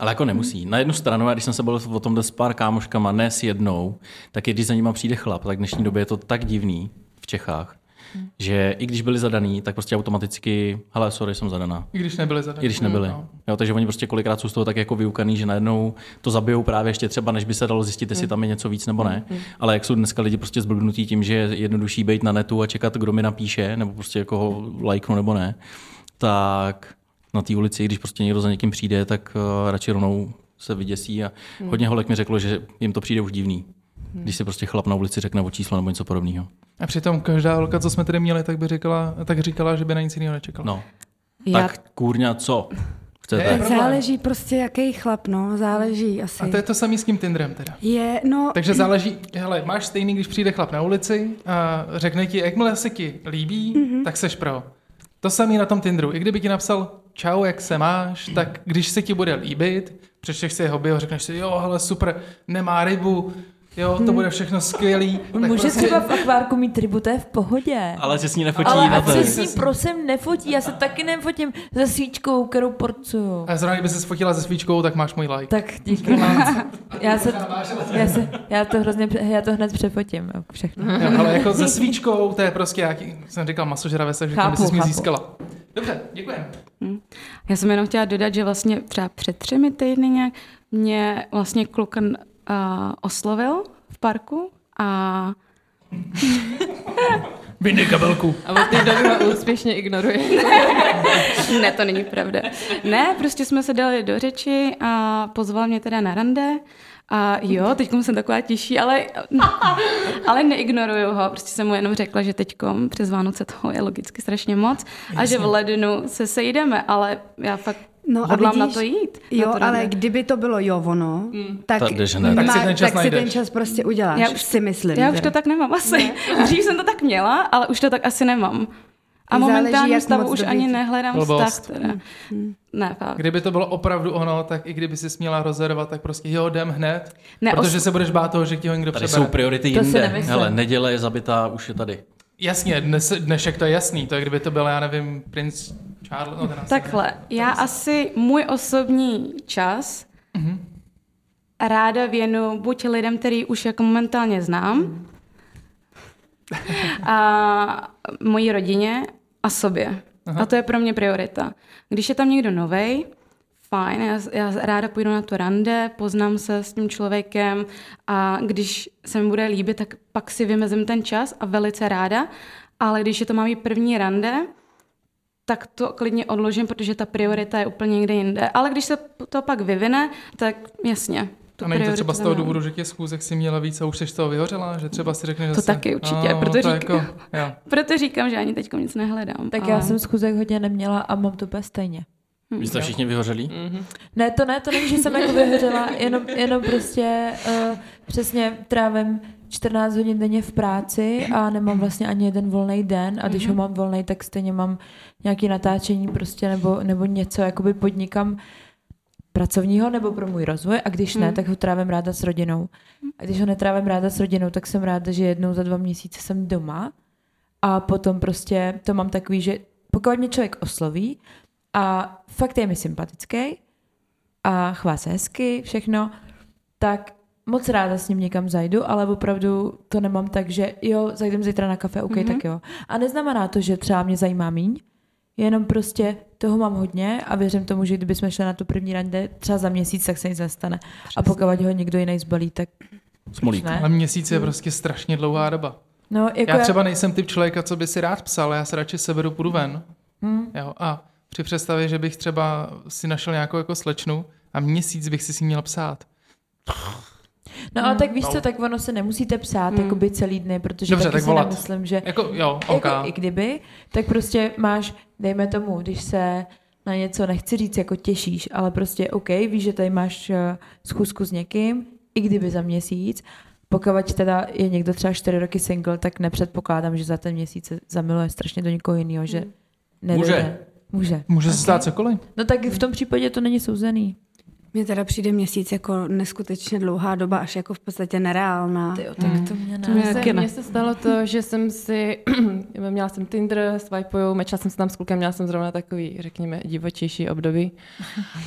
Ale jako nemusí. Na jednu stranu, já když jsem se byl o tomhle s pár kámoškama, ne s jednou, tak i když za nima přijde chlap, tak v dnešní době je to tak divný v Čechách, že i když byli zadaný, tak prostě automaticky, hele, sorry, jsem zadaná.
I když nebyli zadaní.
I
Mm,
když nebyli.
No.
Jo, takže oni prostě kolikrát jsou z toho tak jako vyukaný, že najednou to zabijou právě ještě třeba, než by se dalo zjistit,
Mm.
jestli tam je něco víc nebo ne. Ale jak jsou dneska lidi prostě zblbnutí tím, že je jednodušší být na netu a čekat, kdo mi napíše, nebo prostě jako ho lajknu nebo ne, tak na té ulici, když prostě někdo za někým přijde, tak uh, radši rovnou se vyděsí a
Mm.
hodně holek mi řeklo, že jim to přijde už divný. Když si prostě chlap na ulici řekne o číslo nebo něco podobného.
A přitom každá holka, co jsme tady měli, tak by říkala, tak říkala, že by na nic jiného nečekala.
No,
Já
tak kůrňa, co?
Je,
[LAUGHS]
Chcete?
Problém.
Záleží prostě, jaký chlap, no, záleží asi.
A to je to samý s tím Tinderem teda.
Je, no,
Takže záleží, hele, máš stejný, když přijde chlap na ulici a řekne ti, jakmile se ti líbí,
Mhm.
mm-hmm. tak seš pro. To samý na tom Tinderu. I kdyby ti napsal čau, jak se máš, tak když se ti bude líbit, přečteš si jeho bio, řekneš si, jo, hele, super, nemá rybu, jo, to bude všechno skvělý. Tak
Mhm.
prostě
Může třeba v akvárku mít rybu, to je v pohodě.
Ale se s ní nefotí
Ale
na
ať se
ten.
s ní prosím nefotí, já se taky nefotím se svíčkou, kterou porcuju.
A zrovna kdyby se sfotila se svíčkou, tak máš můj like.
Tak [LAUGHS] díky moc. Já, se, já, se, já, to hrozně, já to hned přefotím všechno.
Mhm.
Jo, ale jako se svíčkou, to je prostě, jak jsem říkal, masožravé, takže
Chápu,
by si mě
chápu.
získala. Dobře, děkujeme.
Já jsem jenom chtěla dodat, že vlastně třeba před třemi týdny nějak mě vlastně kluk uh, oslovil v parku a
Bindy kabelku.
A od té doby ho úspěšně ignoruje.
[LAUGHS] ne, to není pravda. Ne, prostě jsme se dali do řeči a pozval mě teda na rande. A jo, teď jsem taková těžší, ale, [LAUGHS] ale neignoruju ho. Prostě jsem mu jenom řekla, že teď přes Vánoce toho je logicky strašně moc a že v lednu se sejdeme, ale já fakt
No a
hodlám na
vidíš-
to jít. na
Jo,
to
ale
rande.
kdyby to bylo jo ono, tak,
Tak jdeš hned.
Hmm. Tak si
má-
ten čas
tak si ten
najdeš.
čas prostě uděláš,
Já
já
už-
už, si myslím.
Já
že.
už to tak nemám asi. [LAUGHS] Dřív jsem to tak měla, ale už to tak asi nemám. A
Záleží,
momentálně
jak
stavu
moc
už
dobrý Mm.
ani
jsi.
nehledám
Blbost.
vztah. Teda. Ne, fakt.
Kdyby to bylo opravdu ono, tak i kdyby si směla rozhodovat, tak prostě jo, jdem hned,
Ne,
ne,
os-
protože se budeš bát toho, že ti ho někdo
Tady jsou
přebere.
priority
To si
jinde.
nemyslím. Hmm,
Hele, neděle je zabitá, už je tady.
Jasně, dnes, dnešek to je jasný, to je kdyby to byl, já nevím, princ Charles, no ten asi
Takhle, já asi můj osobní čas ráda věnu buď lidem, který už jako momentálně znám, a mojí rodině a sobě. Aha. A to je pro mě priorita. Když je tam někdo novej, fajn, já, já ráda půjdu na to rande, poznám se s tím člověkem a když se mi bude líbit, tak pak si vymezím ten čas a velice ráda, ale když je to má být první rande, tak to klidně odložím, protože ta priorita je úplně někde jinde. Ale když se to pak vyvine, tak jasně.
A není to
prioritu
třeba z
tam
toho
mám.
důvodu, že těch schůzek si měla víc a už jsi toho vyhořela, že třeba si řekne, že
To
se-
taky určitě,
no,
proto
to
říkám.
Jako, jo.
Proto říkám, že ani teď nic nehledám.
Tak
ale-
já jsem schůzek hodně neměla a mám to úplně stejně.
Vy jste všichni vyhořeli?
Hmm, Ne, to ne, to není, že jsem jako vyhořela, jenom, jenom prostě uh, přesně trávím 14 hodin denně v práci a nemám vlastně ani jeden volný den a když ho mám volný, tak stejně mám nějaké natáčení prostě nebo, nebo něco, jakoby podnikám pracovního nebo pro můj rozvoj a když ne, tak ho trávím ráda s rodinou. A když ho netrávím ráda s rodinou, tak jsem ráda, že jednou za dva měsíce jsem doma a potom prostě to mám takový, že pokud mě člověk osloví a fakt je mi sympatický, a chová se hezky, všechno, tak moc ráda s ním někam zajdu, ale opravdu to nemám tak, že jo, zajdem zítra na kafe, OK, mm-hmm.
Mhm.
tak jo. A neznamená to, že třeba mě zajímá míň, jenom prostě toho mám hodně a věřím tomu, že kdyby jsme šli na tu první rande třeba za měsíc, tak se nic nestane. A pokud ho někdo jiný zbalí, tak
Smolík.
ne.
Ale měsíc je prostě strašně dlouhá doba.
No, jako
Já třeba nejsem typ člověka, co by si rád psal, já se radši seberu, půjdu ven. Hmm. Jo, a při představě, že bych třeba si našel nějakou jako slečnu a měsíc bych si s ní měl psát.
No ale tak víš co, tak ono se nemusíte psát mm. jakoby celý dny, protože
Hmm. Dobře,
taky
tak
si
volat.
nemyslím, že...
Jako, jo,
jako
okay.
i kdyby, tak prostě máš, dejme tomu, když se na něco, nechci říct, jako těšíš, ale prostě OK, víš, že tady máš eh, schůzku s někým, i kdyby za měsíc, pokud teda je někdo třeba čtyři roky single, tak nepředpokládám, že za ten měsíc se zamiluje strašně do někoho jiného, že nedojde.
Může.
Může.
Může se stát cokoliv.
No tak v tom případě to není souzený.
Mně teda přijde měsíc jako neskutečně dlouhá doba, až jako v podstatě nereálná.
tak to mě
To mě
Mně
taky
se,
ne.
mně se stalo to, že jsem si, [CLEARS THROAT] měla jsem Tinder, swipeuju, mečla jsem se tam s klukem, měla jsem zrovna takový, řekněme, divočejší období.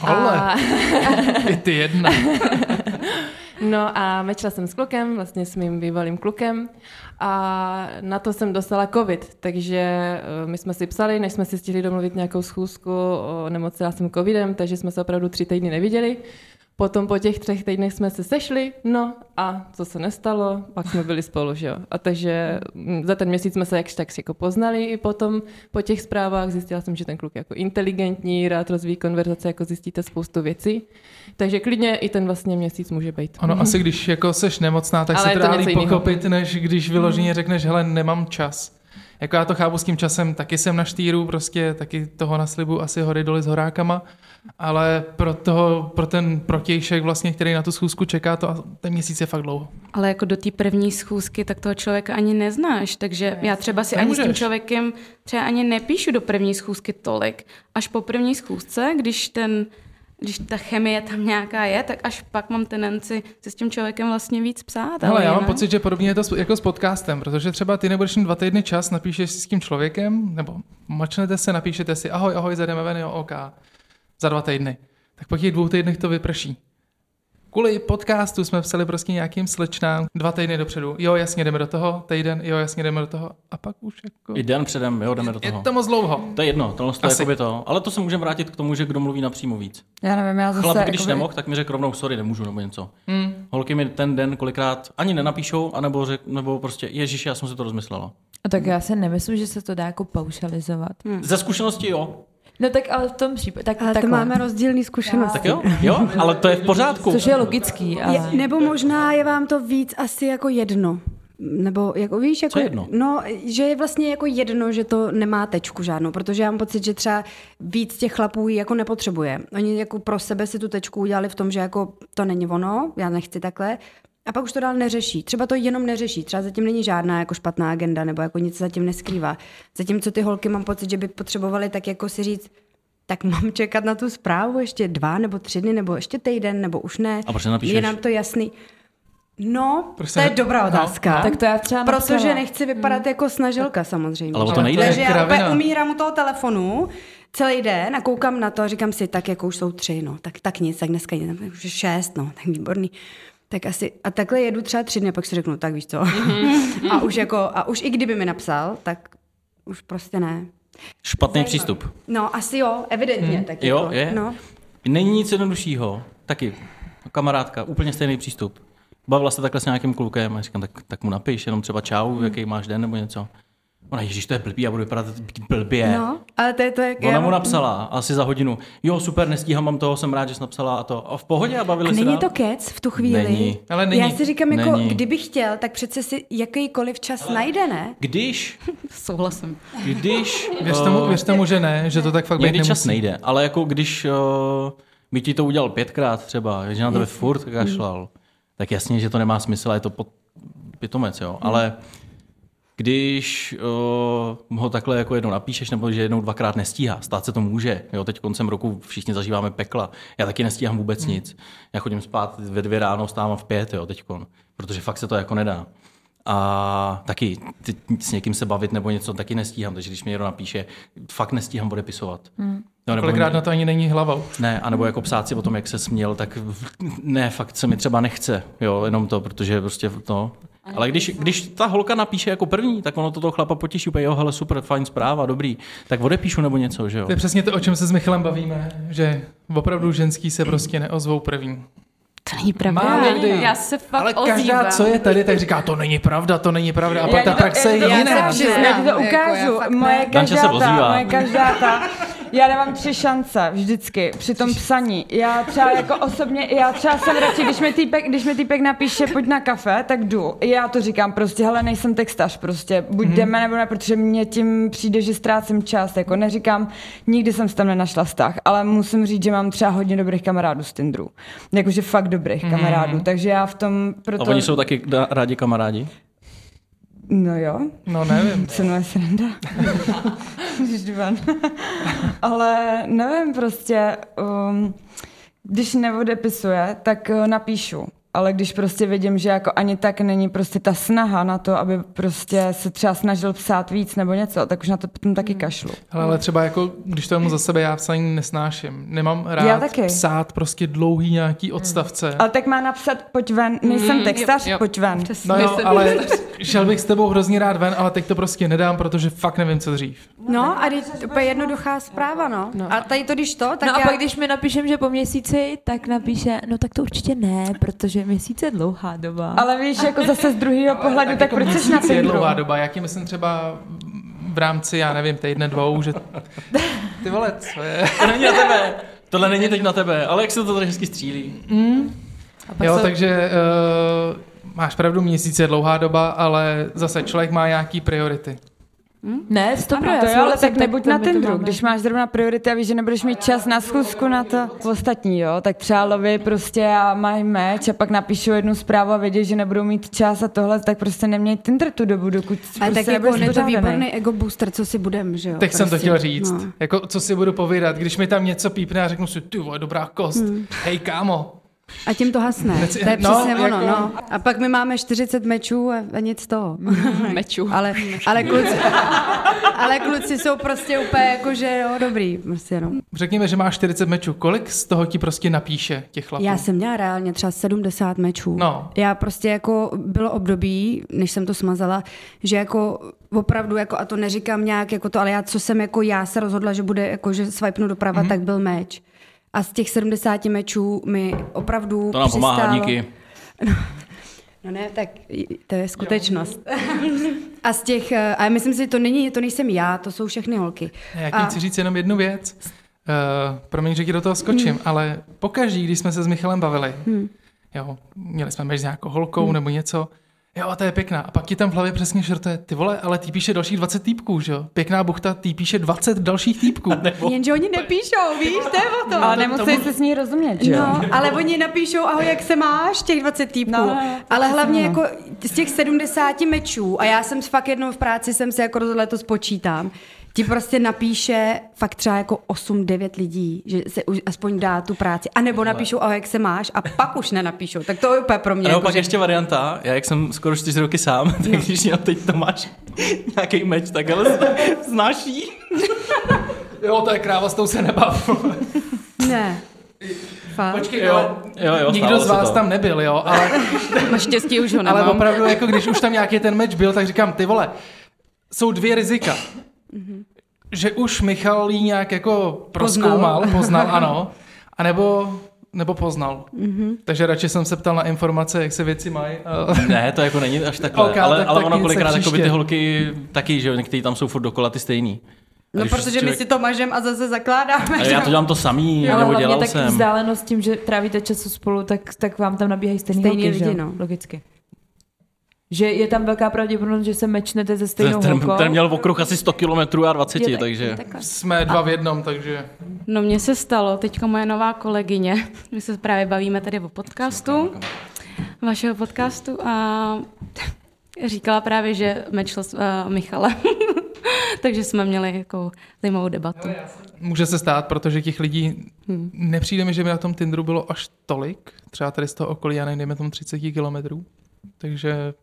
Ale [LAUGHS]
A,
i ty jedna.
no a mečla jsem s klukem, vlastně s mým bývalým klukem a na to jsem dostala covid, takže eh, my jsme si psali, než jsme si stihli domluvit nějakou schůzku, o- nemocila jsem covidem, takže jsme se opravdu tři týdny neviděli. Potom po těch třech týdnech jsme se sešli, no a co se nestalo, pak jsme byli spolu, že jo. A takže mm, za ten měsíc jsme se jakž tak jako poznali i potom po těch zprávách zjistila jsem, že ten kluk je jako inteligentní, rád rozvíjí konverzace, jako zjistíte spoustu věcí. Takže klidně i ten vlastně měsíc může být.
Ono asi, když jako seš nemocná, tak
Ale
se
je
to
to
dá
něco Hmm.
líp
jinýho.
pochopit, než když vyloženě řekneš, hele, nemám čas. Jako já to chápu s tím časem, taky jsem na štýru, prostě taky toho naslibu asi hory doly s horákama, ale pro, toho, pro ten protějšek vlastně, který na tu schůzku čeká, to a- ten měsíc je fakt dlouho.
Ale jako do té první schůzky, tak toho člověka ani neznáš, takže já třeba si ani s tím
No, Nemůžeš.
člověkem třeba ani nepíšu do první schůzky tolik. Až po první schůzce, když ten když ta chemie tam nějaká je, tak až pak mám tendenci si s tím člověkem vlastně víc psát.
Hele,
ale
já mám
jinak-
pocit, že podobně je to s- jako s podcastem, protože třeba ty nebudeš mít dva týdny čas, napíšeš si s tím člověkem, nebo mačnete se, napíšete si ahoj, ahoj, zademe ven, jo, OK, za dva týdny. Tak po těch dvou týdnech to vyprší. Kvůli podcastu jsme psali prostě nějakým slečnám dva týdny dopředu. Jo, jasně, jdeme do toho, týden, jo, jasně, jdeme do toho. A pak už jako...
I den předem, jo, jdeme do toho.
Je to moc dlouho.
To je jedno, tohle to je
Asi.
jakoby to. Ale to se můžeme vrátit k tomu, že kdo mluví napřímo víc.
Já nevím, já zase...
Chlap, když
jakoby-
nemohl, tak mi řekl rovnou, sorry, nemůžu nebo něco.
Hmm.
Holky mi ten den kolikrát ani nenapíšou, anebo, řek, nebo prostě, ježiš, já jsem si to rozmyslela.
A tak já se nemyslím, že se to dá jako paušalizovat.
Ze zkušenosti jo.
No tak ale v tom případě, tak,
Hmm. Ale to
takhle.
máme rozdílný zkušenosti.
Tak jo, jo, ale to je v pořádku.
Což je logický, ale...
Je, nebo možná je vám to víc asi jako jedno. Nebo jako víš, jako,
je jedno?
No, že je vlastně jako jedno, že to nemá tečku žádnou, protože já mám pocit, že třeba víc těch chlapů ji jako nepotřebuje. Oni jako pro sebe si tu tečku udělali v tom, že jako to není ono, já nechci takhle. A pak už to dál neřeší. Třeba to jenom neřeší. Třeba zatím není žádná jako špatná agenda nebo jako nic zatím neskrývá. Zatímco ty holky mám pocit, že by potřebovaly tak jako si říct, tak mám čekat na tu zprávu ještě dva nebo tři dny, nebo ještě týden, nebo už ne.
A proč nenapíšeš?
Je nám to jasný. No,
Proč
to
se
je
ne-
dobrá
no,
otázka.
Tak to já třeba napsala.
Protože nechci vypadat jako snažilka samozřejmě.
Hmm. Ale o to nejde.
Takže já úplně
Kravina.
umírám u toho telefonu celý den a koukám na to a říkám si, tak jako už jsou tři, no, tak, tak nic, tak dneska nic, tak už je šest, no, tak výborný. Tak asi, a takhle jedu třeba tři dny, pak si řeknu, tak víš co.
Mhm.
[LAUGHS] a už jako, a už i kdyby mi napsal, tak už prostě ne.
Špatný přístup.
No, asi jo, evidentně. Hmm. Tak
Jo,
jako,
je.
No.
Není nic jednoduššího. Taky kamarádka, úplně stejný přístup. Bavila se takhle s nějakým klukem a říkám, tak, tak mu napiš, jenom třeba čau,
Hmm.
jaký máš den nebo něco. Ona, ježíš, to je blbý, já budu vypadat blbě.
No, ale to je to, jak
Ona
já-
mu napsala asi za hodinu. Jo, super, nestíhám, mám toho, jsem rád, že jsi napsala a to. A v pohodě a bavili
A
se
není
dál.
to kec v tu chvíli?
Není.
Ale není.
Já si říkám, jako,
Není.
kdyby chtěl, tak přece si jakýkoliv čas Ale... najde, ne? [LAUGHS]
Když,
Souhlasím.
když...
Věř
eh,
tomu, věř tomu, že ne, že to tak fakt být
Někdy
nemusí.
čas nejde, ale jako když uh, by ti to udělal pětkrát třeba, že na
Mm.
tebe furt kašlal, tak jasně, že to nemá smysl a je to pod pitomec, jo.
Mm.
Ale když uh, ho takhle jako jednou napíšeš, nebo že jednou dvakrát nestíhá, stát se to může. Jo, teď koncem roku všichni zažíváme pekla. Já taky nestíhám vůbec nic. Já chodím spát ve dvě ráno, stávám v pět, jo, teďkon, protože fakt se to jako nedá. A taky ty, s někým se bavit nebo něco taky nestíhám, takže když mi někdo napíše, fakt nestíhám odepisovat. Mm. No, nebo
Kolikrát na to ani není hlava už.
ne, anebo jako psát si o tom, jak se směl, tak v- ne, fakt se mi třeba nechce, jo, jenom to, protože prostě to. Ale když, když ta holka napíše jako první, tak ono to toho chlapa potěší, úplně, jo, hele, super, fajn zpráva, dobrý, tak odepíšu nebo něco, že jo.
To je přesně to, o čem se s Michalem bavíme, že opravdu ženský se prostě neozvou první.
To není pravda.
Málo kdy.
Já se fakt
Ale
ozývám.
každá, co je tady, tak říká, to není pravda, to není pravda. A pak ta praxe je
já
jiná.
se přiznám, já ti to ukážu. moje
Danča se
každá ta,
ozývá.
moje každá ta. Já dávám tři šance vždycky při tom psaní. Já třeba jako osobně, já třeba jsem radši, když mi týpek, když mi týpek napíše pojď na kafe, tak jdu. Já to říkám prostě, hele nejsem textař prostě, buď
Mhm.
jdeme nebo ne, protože mě tím přijde, že ztrácím čas, jako neříkám, nikdy jsem si tam nenašla vztah, ale musím říct, že mám třeba hodně dobrých kamarádů z Tinderu. Jakože fakt
Mhm.
dobrých kamarádů, takže já v tom proto...
A oni jsou taky da- rádi kamarádi.
No jo,
No nevím.
co
[LAUGHS]
moje sranda. Ježišdivan. Ale nevím, prostě, um, když neodepisuje, tak eh, napíšu. Ale když prostě vidím, že jako ani tak není prostě ta snaha na to, aby prostě se třeba snažil psát víc nebo něco, tak už na to potom
Mm.
taky kašlu.
Hele, ale třeba jako, když to jemu za sebe, já psaní nesnáším. Nemám rád
Já taky.
psát prostě dlouhý nějaký odstavce.
Ale tak má napsat, pojď ven, nejsem textař,
Mm, jo, jo.
pojď ven.
No jo, ale šel bych s tebou hrozně rád ven, ale teď to prostě nedám, protože fakt nevím, co dřív.
No a teď to je jednoduchá zpráva, no. A tady to, když to, tak
no a
já...
pak, když mi napíšem, že po měsíci, tak napíše, no tak to určitě ne, protože měsíc je dlouhá doba.
Ale víš, jako zase z druhého pohledu, tak,
jako
proč jsi na
jako je
Tinderu?
dlouhá doba, jak je myslím třeba v rámci, já nevím, týdne, dvou,
[LAUGHS]
že... Ty vole, co je?
[LAUGHS] To není na tebe, tohle není teď na tebe, ale jak se to tady hezky střílí.
Jo, takže eh,
No,
uh, máš pravdu, měsíc je dlouhá doba, ale zase člověk má nějaký priority.
Ne, to
Ano, to jo, ale tak nebuď na tendru. Když máš zrovna priority a víš, že nebudeš mít čas na schůzku na to ostatní, jo, tak třeba lovi prostě a mají meč a pak napíšu jednu zprávu a vědí, že nebudou mít čas a tohle, tak prostě neměj tender tu dobu, dokud
Ale
prostě
tak jako on
nebudeš
je to
pořádanej.
výborný ego booster, co si budem, že jo?
Teď jsem to
prostě.
chtěl říct.
No.
No. Jako, co si budu povídat, když mi tam něco pípne a řeknu si, ty vole, dobrá kost, hmm. hej kámo.
A tím to hasne.
Neci-
To je
no,
přesně ono,
jako-
no. A pak my máme 40 mečů a, a nic z toho.
Mečů.
Ale, ale, kluci, ale kluci jsou prostě úplně jako, že jo, dobrý. Prostě, no.
Řekněme, že máš 40 mečů, kolik z toho ti prostě napíše těch chlapů?
Já jsem měla reálně třeba 70 mečů.
No.
Já prostě jako bylo období, než jsem to smazala, že jako opravdu, jako, a to neříkám nějak, jako to, ale já, co jsem jako já se rozhodla, že bude, jako, že swipenu
Mhm.
doprava, mm-hmm. tak byl meč. A z těch 70 mečů mi opravdu
To nám
přistálo.
pomáhá, díky.
No ne, tak i- to je skutečnost. a z těch, eh, ale myslím si, že to není, to nejsem já, to jsou všechny holky.
Ne, Já ti
A-
chci říct jenom jednu věc. Uh, promiň, že ti do toho skočím, ale pokaždý, když jsme se s Michalem bavili, jo, měli jsme meč s nějakou holkou nebo něco, jo, a ta je pěkná. A pak ti tam v hlavě přesně šrtuje, ty vole, ale ty píše dalších 20 týpků, že jo? Pěkná buchta, ty píše 20 dalších týpků.
Jenže oni nepíšou, víš, to je o tom.
No
No
Ale nemusíš se s ní rozumět, že jo?
No, ale oni napíšou, ahoj, jak se máš, těch 20 týpků.
No,
No,
no, no,
ale hlavně jako z těch 70 mečů, a já jsem s- fakt jednou v práci, jsem se jako rozhodla, to spočítám, ti prostě napíše fakt třeba jako 8-9 lidí, že se už aspoň dá tu práci. A nebo napíšou, ahoj, jak se máš, a pak už nenapíšou. Tak to je úplně pro mě.
A nebo
jako,
pak
že-
ještě varianta, já jak jsem skoro čtyři roky sám, [LAUGHS] tak když měl teď Tomáš [LAUGHS] nějaký meč, tak ale [LAUGHS] znáší.
Jo, to je kráva, s tou
[LAUGHS]
se nebav.
Ne. Fakt.
Počkej, jo,
Jo, jo,
nikdo
stávalo
z
se
vás
to.
tam nebyl, jo, ale
[LAUGHS] Naštěstí už ho nemám.
Ale opravdu, jako když už tam nějaký ten meč byl, tak říkám, ty vole, jsou dvě rizika.
Mhm.
že už Michal jí nějak jako proskoumal, poznal,
[LAUGHS]
poznal ano, anebo nebo poznal.
Mhm.
Takže radši jsem se ptal na informace, jak se věci mají. [LAUGHS] a-
Ne, to jako není až takhle,
Ok,
ale,
tak-
ale
tak
ono
nic,
kolikrát
tak
jako by ty
příště.
holky taky, že jo, některý tam jsou furt dokola ty stejný. A
No,
když už
protože my
člověk-
si to mažem a zase zakládáme.
Ale já to dělám to samý,
Ale
nebo
hlavně
dělal
tak
jsem.
vzdálenost tím, že trávíte času spolu, tak, tak vám tam nabíhají stejný,
Stejný
holky, že?
lidi,
jo?
no.
Logicky. Že je tam velká pravděpodobnost, že se mečnete ze stejnou
Ten, ten,
holkou.
ten měl v okruh asi 100 km a 20,
Je tak-
takže...
Jsme dva v jednom, takže...
No mně se stalo, teďka moje nová kolegyně, [LAUGHS] my se právě bavíme tady o podcastu, vašeho podcastu a [LAUGHS] říkala právě, že mečl s uh, Michala. [LAUGHS] Takže jsme měli jako zajímavou debatu.
Může se stát, protože těch lidí nepřijde mi, že by na tom Tinderu bylo až tolik, třeba tady z toho okolí, já nejdeme tomu 30 kilometrů, takže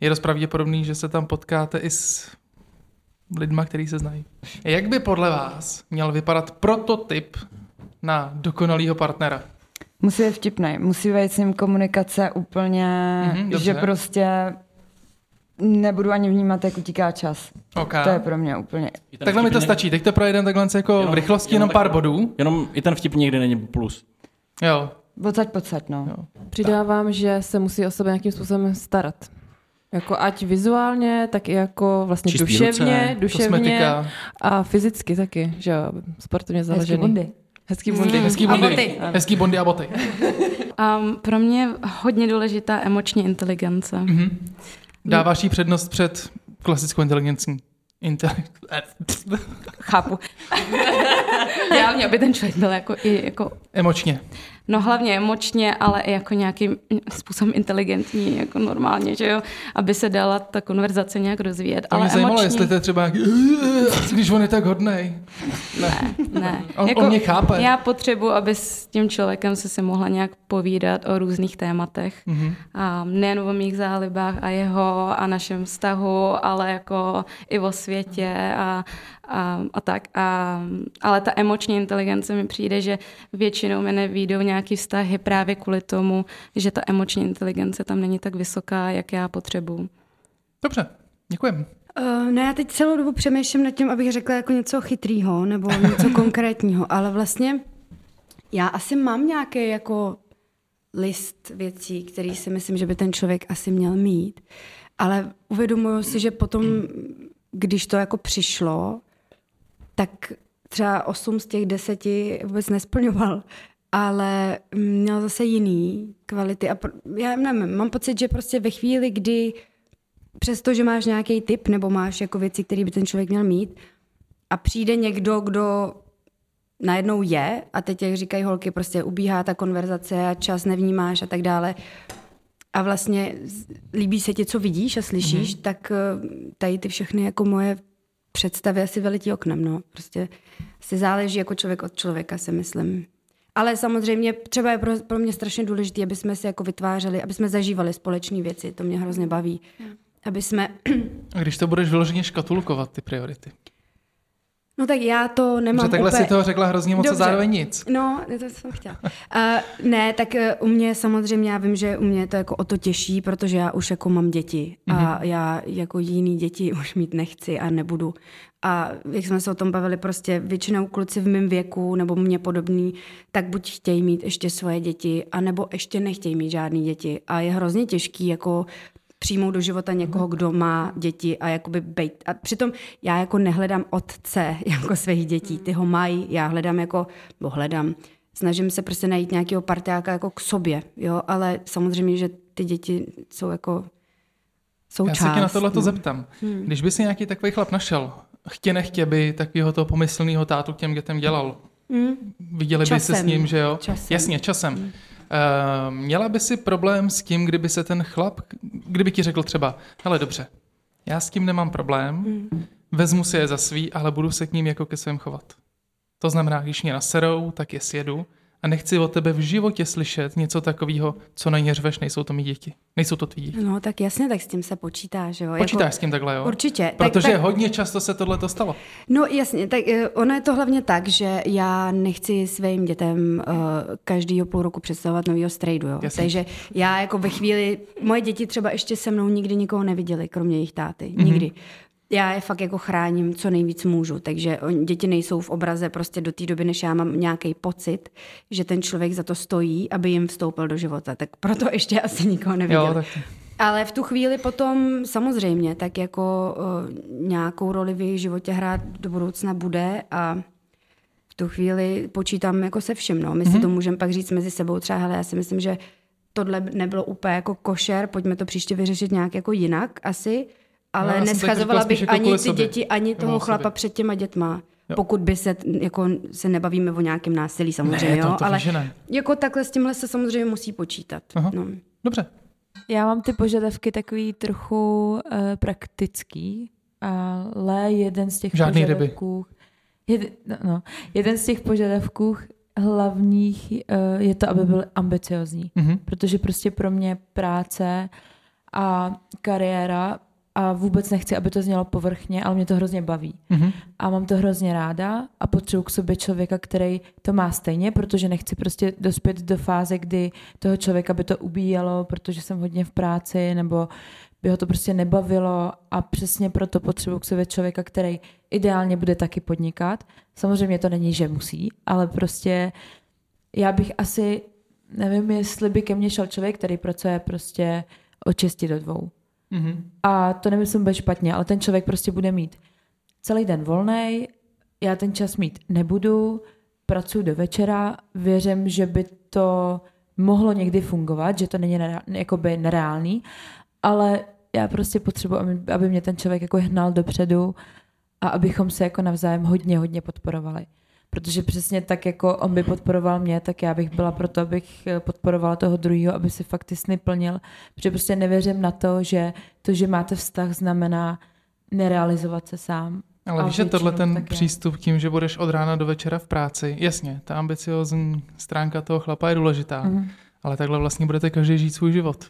je dost pravděpodobný, že se tam potkáte i s lidma, který se znají. Jak by podle vás měl vypadat prototyp na dokonalýho partnera?
Musí být vtipný, musí být s ním komunikace úplně,
Mhm,
mm-hmm,
dobře.
že prostě nebudu ani vnímat, jak utíká čas.
Okay.
To je pro mě úplně
I ten
Takhle mi to
vtipný-
stačí, teď to projedeme takhle jako
Jenom-
v rychlosti
jenom
jenom pár
tak-
bodů.
Jenom i ten vtip nikdy není plus.
Jo,
Odsaď podsaď, no.
Jo.
Jo.
Přidávám, že se musí o sebe nějakým způsobem starat. Jako ať vizuálně, tak i jako vlastně
Čistý
duševně,
ruce,
duševně Hmm.
kosmetika.
a fyzicky taky, že jo, sportovně
Hezký
založený.
bundy.
Hezký bundy.
Hezký
A
bondy,
boty.
hezký bondy a boty.
Um, pro mě je hodně důležitá emoční inteligence.
Dáváš Mhm. jí přednost před klasickou inteligencí. Intele-
[LAUGHS] Chápu. Ideálně, aby ten člověk byl jako, i jako
Emočně.
No hlavně emočně, ale i jako nějakým způsobem inteligentní, jako normálně, že jo, aby se dala ta konverzace nějak rozvíjet.
A
ale
mě zajímalo,
emoční,
jestli to je třeba nějaký, když on je tak hodnej. [LAUGHS]
ne.
On- on mě chápe.
Jako Já potřebuji, aby s tím člověkem se si mohla nějak povídat o různých tématech.
Mhm.
Mm-hmm. A nejen o mých zálibách a jeho a našem vztahu, ale jako i o světě a, a, a tak. A, ale ta emoční inteligence mi přijde, že většinou mi nevídou nějaký vztahy právě kvůli tomu, že ta emoční inteligence tam není tak vysoká, jak já potřebuji.
Dobře, děkujem.
Uh, no já teď celou dobu přemýšlím nad tím, abych řekla jako něco chytrýho nebo něco konkrétního, [LAUGHS] ale vlastně já asi mám nějaký jako list věcí, který si myslím, že by ten člověk asi měl mít, ale uvědomuju si, že potom, když to jako přišlo, tak třeba 8 z těch 10 vůbec nesplňoval, ale měl zase jiný kvality a pro, já nevím, mám pocit, že prostě ve chvíli, kdy přestože máš nějaký tip nebo máš jako věci, které by ten člověk měl mít a přijde někdo, kdo najednou je a teď, jak říkají holky, prostě ubíhá ta konverzace a čas nevnímáš a tak dále a vlastně z- líbí se ti, co vidíš a slyšíš, mm-hmm. tak eh, tady ty všechny jako moje představy asi veletí oknem, no. Prostě si záleží jako člověk od člověka, si myslím. Ale samozřejmě třeba je pro, pro mě strašně důležité, aby jsme si jako vytvářeli, aby jsme zažívali společné věci, to mě hrozně baví. Aby jsme,
A když to budeš vyloženě škatulkovat, ty priority.
no tak já to nemám
Že takhle
úplně...
si toho řekla hrozně moc a
Dobře.
zároveň nic.
No, to jsem chtěla. Uh, ne, tak uh, u mě samozřejmě, já vím, že u mě je to jako o to těžší, protože já už jako mám děti a
Mhm.
já jako jiný děti [LAUGHS] už mít nechci a nebudu. A jak jsme se o tom bavili, prostě většinou kluci v mém věku nebo mě podobný, tak buď chtějí mít ještě svoje děti, anebo ještě nechtějí mít žádný děti. A je hrozně těžký jako přijmout do života někoho, kdo má děti a jakoby bejt. A přitom já jako nehledám otce [LAUGHS] jako svých dětí, ty ho mají, já hledám jako, bo hledám, snažím se prostě najít nějakého parťáka jako k sobě, jo, ale samozřejmě, že ty děti jsou jako
Já
součást.
se tě na tohle to
no.
zeptám. Když by si nějaký takový chlap našel, chtě nechtě by takového toho pomyslného tátu k těm dětem dělal. Viděli by se s
Hmm. Časem.
ním, že jo?
Časem. Hmm.
Jasně, časem. Eh, měla by si problém s tím, kdyby se ten chlap, kdyby ti řekl třeba, hele dobře, já s tím nemám problém,
Hmm.
vezmu si je za svý, ale budu se k ním jako ke svým chovat. To znamená, když mě naserou, tak je sjedu a nechci od tebe v životě slyšet něco takového, co na ně řveš, nejsou to mý děti. Nejsou to tvý děti.
No tak jasně, tak s tím se počítá, že jo. jako
Počítáš s tím takhle, jo?
Určitě.
Protože
tak, tak,
hodně často se tohle to stalo.
No jasně, tak eh, ono je to hlavně tak, že já nechci svým dětem uh, každýho půl roku představovat novýho strejdu, jo.
Jasně.
Takže já jako ve chvíli, moje děti třeba ještě se mnou nikdy nikoho neviděli, kromě jejich táty,
Mhm.
nikdy. Já je fakt jako chráním, co nejvíc můžu, takže on, děti nejsou v obraze prostě do té doby, než já mám nějaký pocit, že ten člověk za to stojí, aby jim vstoupil do života, tak proto ještě asi nikoho neviděli.
Jo, tak
Ale v tu chvíli potom samozřejmě, tak jako uh, nějakou roli v jejich životě hrát do budoucna bude a v tu chvíli počítám jako se vším. No. My
Mhm.
si to můžeme pak říct mezi sebou třeba, hele, já si myslím, že tohle nebylo úplně jako košer, pojďme to příště vyřešit nějak jako jinak asi,
No, já
ale
jsem
no,
tak řekla
neschazovala
spíš
bych
jako
ani
kvůli
ty
sobě.
děti, ani
Nebo
toho
sobě.
chlapa před těma dětma.
Jo.
Jo. Pokud by se, jako, se nebavíme o nějakém násilí samozřejmě,
Ne, to-
jo,
to
ale
vím, že ne.
jako takhle s tímhle se samozřejmě musí počítat.
Aha.
No.
Dobře.
Já mám ty požadavky takový trochu uh, praktický, ale jeden z těch
Žádný ryby.
požadavků... Jed, no, no, jeden z těch požadavků hlavních uh, je to, aby byl ambiciozní.
Mhm.
Protože prostě pro mě práce a kariéra a vůbec nechci, aby to znělo povrchně, ale mě to hrozně baví.
Mhm.
A mám to hrozně ráda a potřebuji k sobě člověka, který to má stejně, protože nechci prostě dospět do fáze, kdy toho člověka by to ubíjelo, protože jsem hodně v práci, nebo by ho to prostě nebavilo a přesně proto potřebuji k sobě člověka, který ideálně bude taky podnikat. Samozřejmě to není, že musí, ale prostě já bych asi, nevím, jestli by ke mně šel člověk, který pracuje prostě od 6 do dvou.
Mhm.
A to nemyslím úplně špatně, ale ten člověk prostě bude mít celý den volný, já ten čas mít nebudu, pracuji do večera, věřím, že by to mohlo někdy fungovat, že to není nereál, jakoby nereálný, ale já prostě potřebuji, aby- aby mě ten člověk jako hnal dopředu a abychom se jako navzájem hodně, hodně podporovali. Protože přesně tak, jako on by podporoval mě, tak já bych byla proto, abych eh, podporovala toho druhého, aby si fakt ty sny plnil. Protože prostě nevěřím na to, že to, že máte vztah, znamená nerealizovat se sám.
Ale
A
víš, že tohle ten
většinou tak je.
přístup tím, že budeš od rána do večera v práci, jasně, ta ambiciozní stránka toho chlapa je důležitá,
Mhm.
ale takhle vlastně budete každý žít svůj život.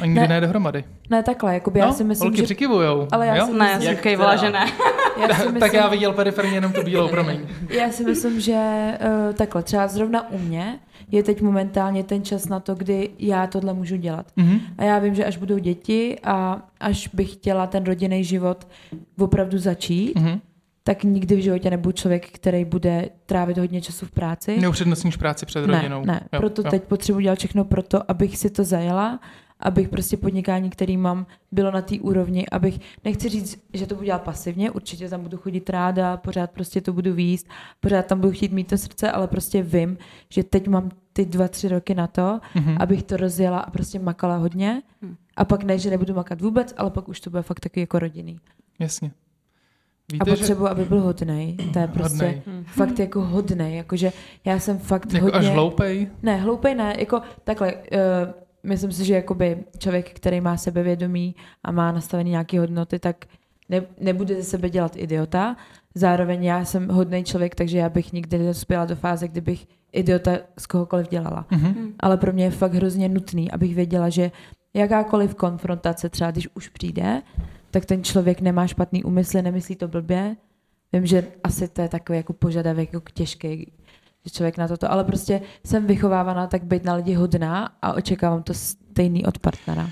A nikdy ne,
Ne.
ne dohromady.
Ne, takhle, jakoby no, já si myslím,
holky
že...
přikivujou.
Ale já
jo?
si
Ne, já
myslím,
jsem
Jak
kejvala,
teda?
že ne.
já si
Tak
myslím,
já viděl periferně jenom tu bílou, promiň.
Já si myslím, že uh, takhle, třeba zrovna u mě je teď momentálně ten čas na to, kdy já tohle můžu dělat.
Mhm.
A já vím, že až budou děti a až bych chtěla ten rodinný život opravdu začít,
Mhm.
tak nikdy v životě nebudu člověk, který bude trávit hodně času v práci.
Neupřednostníš práci před
ne,
rodinou.
ne.
Jo,
proto
jo.
teď potřebuji dělat všechno proto, abych si to zajela, abych prostě podnikání, který mám, bylo na té úrovni, abych, nechci říct, že to budu dělat pasivně, určitě tam budu chodit ráda, pořád prostě to budu výst, pořád tam budu chtít mít to srdce, ale prostě vím, že teď mám ty dva, tři roky na to,
Mhm.
abych to rozjela a prostě makala hodně. A pak ne, že nebudu makat vůbec, ale pak už to bude fakt taky jako rodinný.
Jasně.
A
Víte, že
potřebuji, aby byl hodnej. To je prostě
Hodnej.
hodnej. fakt jako hodnej. Jakože já jsem fakt
jako
hodně...
až hloupej,
Ne, hloupej ne, jako takhle, uh, myslím si, že jakoby člověk, který má sebevědomí a má nastavený nějaké hodnoty, tak ne, nebude ze sebe dělat idiota. Zároveň já jsem hodný člověk, takže já bych nikdy nedospěla do fáze, kdybych idiota z kohokoliv dělala.
Mhm.
Mm-hmm. Ale pro mě je fakt hrozně nutný, abych věděla, že jakákoliv konfrontace, třeba když už přijde, tak ten člověk nemá špatný úmysly, nemyslí to blbě. Vím, že asi to je takový jako požadavek jako těžký, že člověk na toto, ale prostě jsem vychovávaná tak být na lidi hodná a očekávám to stejný od partnera.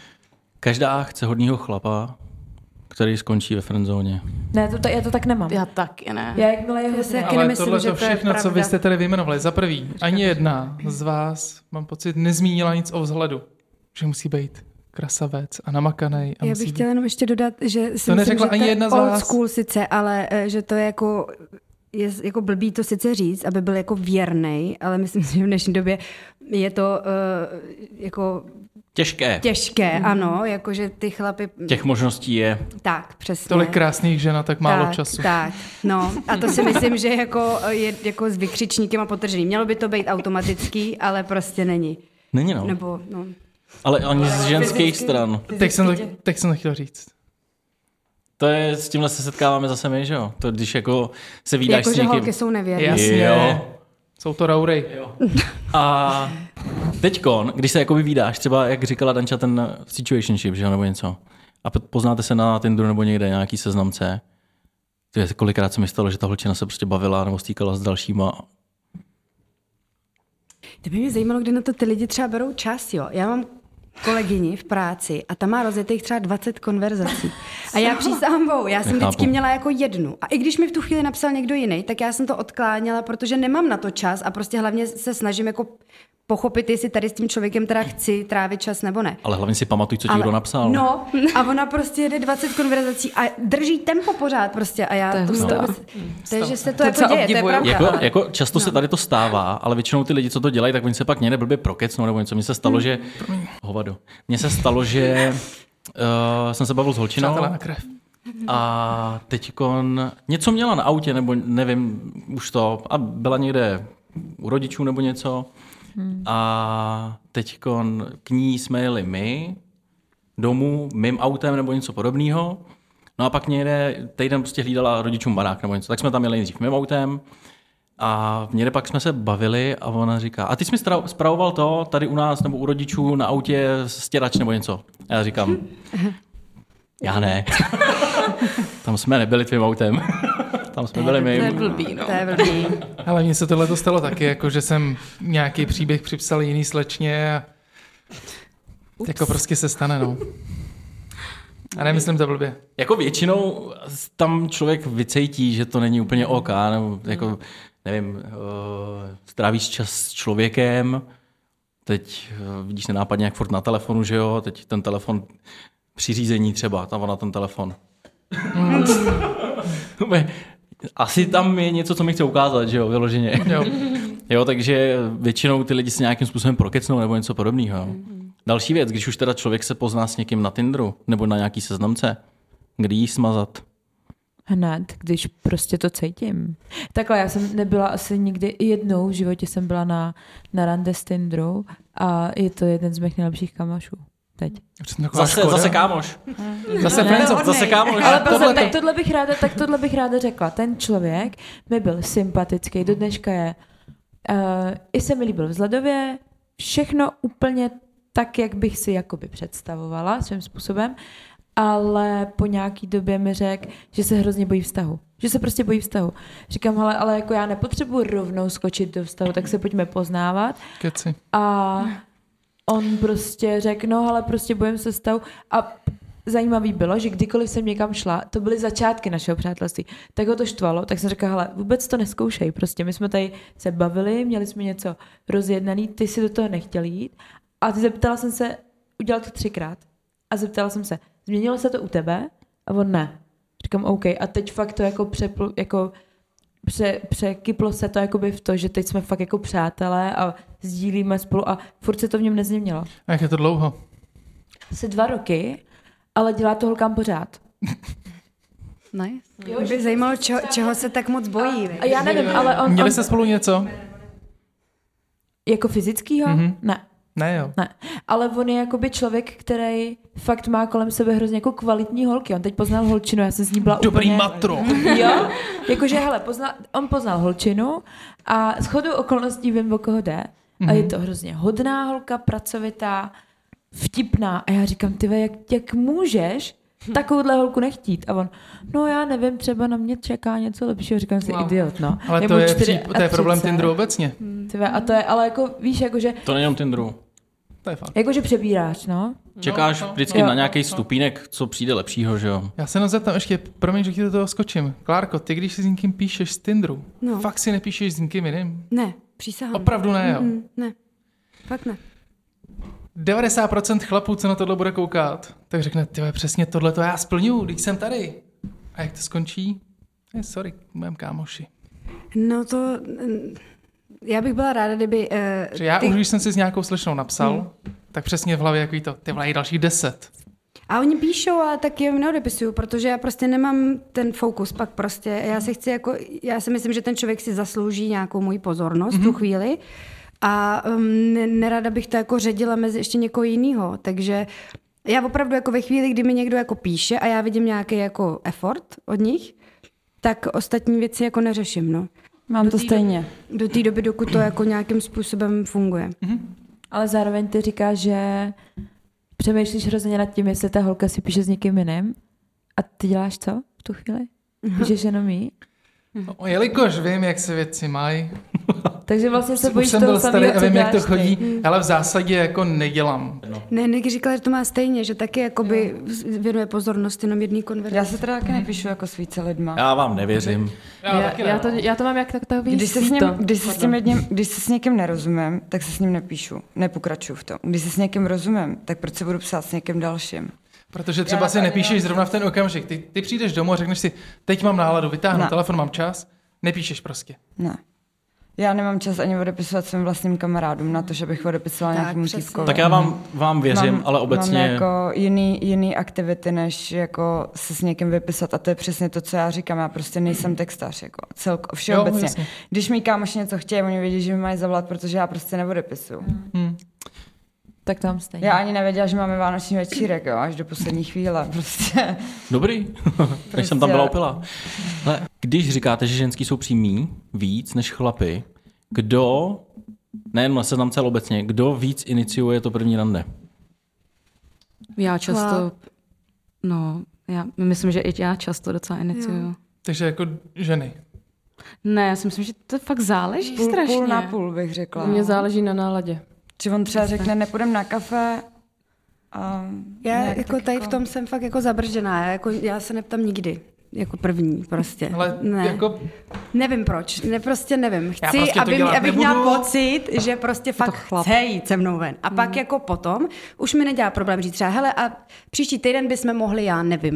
Každá chce hodného chlapa, který skončí ve friendzóně.
Ne, to, to, já to tak nemám. Já,
Já taky ne.
já jakmile je
Já si
hodná,
taky
No, ale
nemyslím,
tohle
že
to
to je
všechno, co vy
pravda.
jste tady vyjmenovali, za prvý, ani jedna z vás, mám pocit, nezmínila nic o vzhledu, že musí být krasavec a namakanej. A
Já
musí
bych
být-
chtěla jenom ještě dodat, že si
To
myslím,
neřekla
že
ani
je
jedna z
old
vás.
school sice, ale eh, že to je jako je jako blbý to sice říct, aby byl jako věrný, ale myslím [LAUGHS] si, že v dnešní době je to uh, jako
Těžké.
Mhm.
těžké, ano, jako že ty chlapy...
Těch možností je.
Tak, přesně.
Tolik krásných žen a tak málo
tak,
času.
Tak, no.
[LAUGHS]
A to si myslím, že jako je jako s vykřičníkem a potržený. Mělo by to být automatický, ale prostě není.
Není no.
Nebo, no.
Ale ani z ženských stran.
Teď jsem, to, teď jsem to chtěl říct.
To je, s tímhle se setkáváme zase my, že jo? To když jako se vídáš
Jako,
s
že
někým.
holky jsou nevěrné.
Jasně.
Jo.
Jsou to raury.
A teďkon, když se jakoby vídáš, třeba jak říkala Danča, ten situationship, že jo, nebo něco, a po- poznáte se na Tinderu nebo někde, nějaký seznamce, to je, kolikrát se mi stalo, že ta holčina se prostě bavila nebo stýkala s dalšíma.
To by mě zajímalo, kde na to ty lidi třeba berou čas, jo. Já mám kolegyni v práci a ta má rozjetých třeba 20 konverzací. A já přísahám bohu, já jsem
Nechápu.
vždycky měla jako jednu. A i když mi v tu chvíli napsal někdo jiný, tak já jsem to odkláněla, protože nemám na to čas a prostě hlavně se snažím jako pochopit, jestli tady s tím člověkem teda chci trávit čas nebo ne.
Ale hlavně si pamatuj, co ti
Ale-
kdo napsal.
No, a ona prostě jede 20 konverzací a drží tempo pořád prostě a já to, to,
hustá.
vůbec- to je, že se to,
To
jako
docela
děje, to je
obdivuju.
pravda.
Jako,
ale-
jako často no. se tady to stává, ale většinou ty lidi, co to dělají, tak oni se pak někde blbě prokecnou nebo něco. Mně se
Hmm.
stalo, že... Hovado. Mně se stalo, že uh, jsem se bavil s holčinou
Přátelé na krev.
a teďkon něco měla na autě, nebo nevím už to, a byla někde u rodičů nebo něco. A teďkon k ní jsme jeli my domů, mým autem nebo něco podobného. No a pak někde týden prostě hlídala rodičům barák nebo něco. Tak jsme tam jeli nejdřív mým autem a někde pak jsme se bavili a ona říká, a ty jsi mi stra- spravoval to tady u nás nebo u rodičů na autě stěrač nebo něco. A já říkám, já ne. tam jsme nebyli tvým autem. [LAUGHS] tam jsme byli
To je
my.
blbý, no.
To je blbý.
Ale mně se tohle to stalo taky, jako že jsem nějaký příběh připsal jiný slečně a jako prostě se stane, no. A nemyslím to blbě.
Jako většinou tam člověk vycejtí, že to není úplně OK, nebo jako, nevím, uh, strávíš čas s člověkem, teď uh, vidíš nenápadně jak furt na telefonu, že jo, teď ten telefon při řízení třeba, tam na ten telefon. [LAUGHS] Asi tam je něco, co mi chce ukázat, že jo, vyloženě.
Jo.
[LAUGHS] Jo, takže většinou ty lidi se nějakým způsobem prokecnou nebo něco podobného. Jo. Další věc, když už teda člověk se pozná s někým na Tinderu nebo na nějaký seznamce, kdy jí smazat?
Hned, když prostě to cítím. Takhle, já jsem nebyla asi nikdy, jednou v životě jsem byla na, na rande s Tindru a je to jeden z mých nejlepších kamašů. Teď.
Už jsem taková
Zase,
škoda.
zase kámoš.
Zase friendzone.
Zase kámoš.
Ale pozor,
tohleto.
tak tohle bych ráda, tak tohle bych ráda řekla. Ten člověk mi byl sympatický, do dneška je. Uh, I se mi líbil vzhledově, všechno úplně tak, jak bych si jakoby představovala svým způsobem, ale po nějaký době mi řekl, že se hrozně bojí vztahu. Že se prostě bojí vztahu. Říkám, ale, ale jako já nepotřebuji rovnou skočit do vztahu, tak se pojďme poznávat.
Keci.
A on prostě řekl, no ale prostě bojím se stavu. A p- zajímavý bylo, že kdykoliv jsem někam šla, to byly začátky našeho přátelství, tak ho to štvalo, tak jsem řekla, hele, vůbec to neskoušej, prostě my jsme tady se bavili, měli jsme něco rozjednaný, ty si do toho nechtěl jít a ty zeptala jsem se, udělal to třikrát a zeptala jsem se, změnilo se to u tebe? A on ne. Říkám, OK, a teď fakt to jako přepl, jako pře, překyplo se to jakoby v to, že teď jsme fakt jako přátelé a sdílíme spolu a furt se to v něm nezměnilo.
A jak je to dlouho?
Asi dva roky, ale dělá to holkám pořád.
Nice. Jo, Mě by zajímalo, čo, čeho se tak moc bojí.
A já nevím, ale on, on
Měli jste spolu něco?
jako fyzickýho?
Mhm.
Mm-hmm. Ne.
Ne, jo.
Ne, ale on je jakoby člověk, který fakt má kolem sebe hrozně jako kvalitní holky. On teď poznal holčinu, já jsem s ní byla
Dobrý
úplně...
matro.
Jo, jakože hele, poznal, on poznal holčinu a shodou okolností vím, o koho jde. A
Mhm.
je to hrozně hodná holka, pracovitá, vtipná. A já říkám, ty ve, jak, jak můžeš takovouhle holku nechtít? A on, no já nevím, třeba na mě čeká něco lepšího. Říkám si,
Wow.
idiot, no.
Ale
Je
to
mu
je,
čtyři-
příp-
a
to je problém
30.
Tinderu obecně.
Ty ve, a to je, ale jako víš, jakože,
To není jenom Tinderu.
To je fakt.
jakože přebíráš, no.
Čekáš
no,
vždycky
no.
na nějaký stupínek, co přijde lepšího, že jo?
Já se jenom zeptám ještě, promiň, že ti do toho skočím. Klárko, ty když si s někým píšeš z Tinderu, no.
No.
fakt si nepíšeš s nikým jiným?
Ne, přísahám.
Opravdu ne, jo.
Mm, ne, fakt ne.
90% chlapů, co na tohle bude koukat, tak řekne, ty vole, přesně tohle to já splňuju, když jsem tady. A jak to skončí? Eh, sorry, mém kámoši.
No to... mm, Já bych byla ráda, kdyby... eh,
Že já
ty- Hmm.
už, když jsem si s nějakou slečnou napsal, tak přesně v hlavě jaký to, ty volají dalších 10.
A oni píšou, a tak jim neodepisuju, protože já prostě nemám ten fokus pak prostě. Já si chci jako, já si myslím, že ten člověk si zaslouží nějakou moji pozornost mm-hmm. tu chvíli a um, ne- nerada bych to jako ředila mezi ještě někoho jiného, takže já opravdu jako ve chvíli, kdy mi někdo jako píše a já vidím nějaký jako effort od nich, tak ostatní věci jako neřeším, no.
Mám to stejně.
Do té doby, dokud to jako nějakým způsobem funguje.
Ale zároveň ty říkáš, že přemýšlíš hrozně nad tím, jestli ta holka si píše s někým jiným. A ty děláš co v tu chvíli? Píšeš jenom jí?
No, jelikož vím, jak se věci mají,
Takže vlastně se
už
bojíš
jsem
toho
byl starý
samého,
a
co
vím, jak to
děláš ty. Hmm.
chodí, ale v zásadě jako nedělám.
Ne, Nick říkala, že to má stejně, že taky jakoby věnuje pozornost jenom jedný konverzaci.
Já se teda taky nepíšu jako s více lidma.
Já vám nevěřím.
Já, já, to, já to mám jak tak takový
Když se, s ním,
síto.
když, se s tím jedním, když se s někým nerozumím, tak se s ním nepíšu, nepokračuju v tom. Když se s někým rozumím, tak proč se budu psát s někým dalším?
Protože třeba si nepíšeš zrovna v ten okamžik. Ty, ty přijdeš domů a řekneš si, teď mám náladu, vytáhnu
No.
Ne.
telefon, mám čas. Nepíšeš prostě.
Ne. Já nemám čas ani odepisovat svým vlastním kamarádům na to, že bych odepisovala
Tak,
nějakému
přesně.
týpkovi.
Tak já vám, vám věřím, ale obecně...
Mám jako jiný, jiný aktivity, než jako se s někým vypisat a to je přesně to, co já říkám. Já prostě nejsem textař, jako celko,
Jo,
všeobecně. Jo,
jasně.
Když mi kámoši něco chtějí, oni vědí, že mi mají zavolat, protože já prostě neodepisuju.
Tak tam stejně.
Já ani nevěděla, že máme vánoční večírek, jo, až do poslední chvíle, prostě.
Dobrý, než jsem tam byla opila. Ale když říkáte, že ženský jsou přímý víc než chlapy, kdo, nejen na seznamce, ale obecně, kdo víc iniciuje to první rande?
Já často,
Chlap.
no, já myslím, že i já často docela iniciuju.
Takže jako ženy.
Ne, já si myslím, že to fakt záleží
Půl,
strašně.
půl na půl bych řekla.
Mně záleží na náladě.
Či on třeba řekne, nepůjdem na kafe a
Já
nějak
jako
tak
tady v tom jsem fakt jako zabržená, já, jako, já se neptám nikdy. Jako první prostě.
Ale
ne.
jako
Nevím proč, ne, prostě nevím.
Já
Chci,
prostě to
aby,
dělat
abych měla
nebudu.
pocit, že prostě fakt chce jít se mnou ven. A pak jako potom už mi nedělá problém říct třeba, hele a příští týden bychom mohli, já nevím,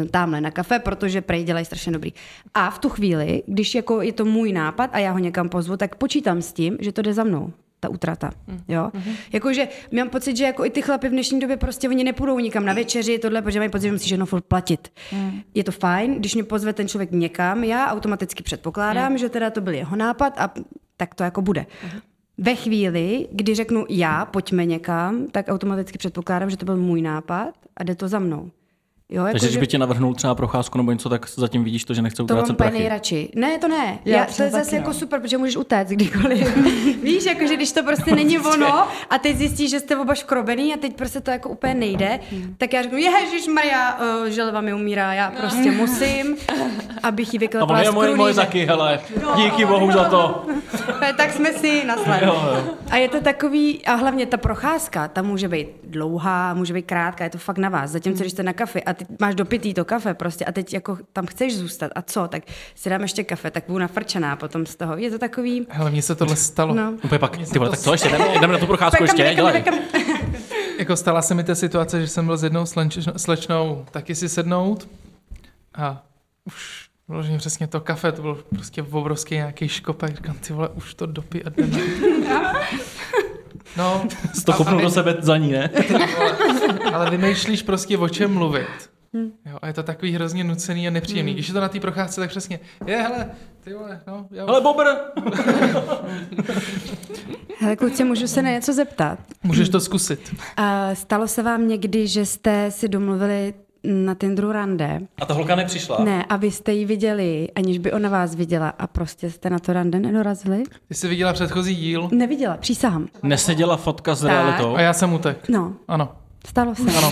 n- tamhle na kafe, protože prej dělají strašně dobrý. A v tu chvíli, když jako je to můj nápad a já ho někam pozvu, tak počítám s tím, že to jde za mnou ta utrata, jo. Jakože mám pocit, že jako i ty chlapy v dnešní době prostě oni nepůjdou nikam na večeři, tohle, protože mají pocit, že musí všechno furt platit. Je to fajn, když mě pozve ten člověk někam, já automaticky předpokládám, že teda to byl jeho nápad a tak to jako bude. Ve chvíli, kdy řeknu já, pojďme někam, tak automaticky předpokládám, že to byl můj nápad a jde to za mnou. Jo,
Takže
jakože-
když by ti navrhnul třeba procházku nebo něco, tak zatím vidíš to, že nechce
to mám
utrácet
úplně
prachy.
nejradši. Ne, to ne.
Já
Já, to
přesně
je zase
taky,
jako
no.
super, protože můžeš utéct [LAUGHS] kdykoliv. Víš, jakože když to prostě není ono a teď zjistíš, že jste oba škrobený a teď prostě to jako úplně nejde, tak já řeknu, ježiš Maria, uh, želva mi umírá, já prostě musím, abych
A on
ji vyklepala
je
z
moje, moje
krunýře."
taky, hele, díky bohu za to.
[LAUGHS] tak jsme si naslali. A je to takový, a hlavně ta procházka, ta může být dlouhá, může být krátká, je to fakt na vás. Zatímco, když jste na kafe a ty máš dopitý to kafe prostě a teď jako tam chceš zůstat a co, tak si dám ještě kafe, tak budu nafrčená potom z toho. Je to takový,
Hele, mně se tohle stalo.
no.
Úplně pak, ty vole, tak co ještě, jdeme, jdeme na tu procházku ještě, dělej.
Jako stala se mi ta situace, že jsem byl s jednou slenč- slečnou taky si sednout a už Vložně přesně to kafe, to byl prostě obrovský nějaký škopek. Říkám, ty vole, už to dopí a jdeme. No,
Jsi to
a- a
kopnul
vy-
do sebe za ní, ne?
ale vymýšlíš prostě o čem mluvit. Jo, a je to takový hrozně nucený a nepříjemný. Když je to na té procházce, tak přesně, je, hele, ty vole, no, já
Hele, Bobr!
Hele, kluci, můžu se na něco zeptat?
Můžeš to zkusit.
A stalo se vám někdy, že jste si domluvili na Tinderu rande?
A ta holka nepřišla.
Ne, a vy jste ji viděli, aniž by ona vás viděla a prostě jste na to rande nedorazili?
Ty jsi viděla předchozí díl
Neviděla, přísahám.
Neseděla fotka s
Tak.
realitou?
a já jsem utek.
No,
Ano.
stalo se. Ano.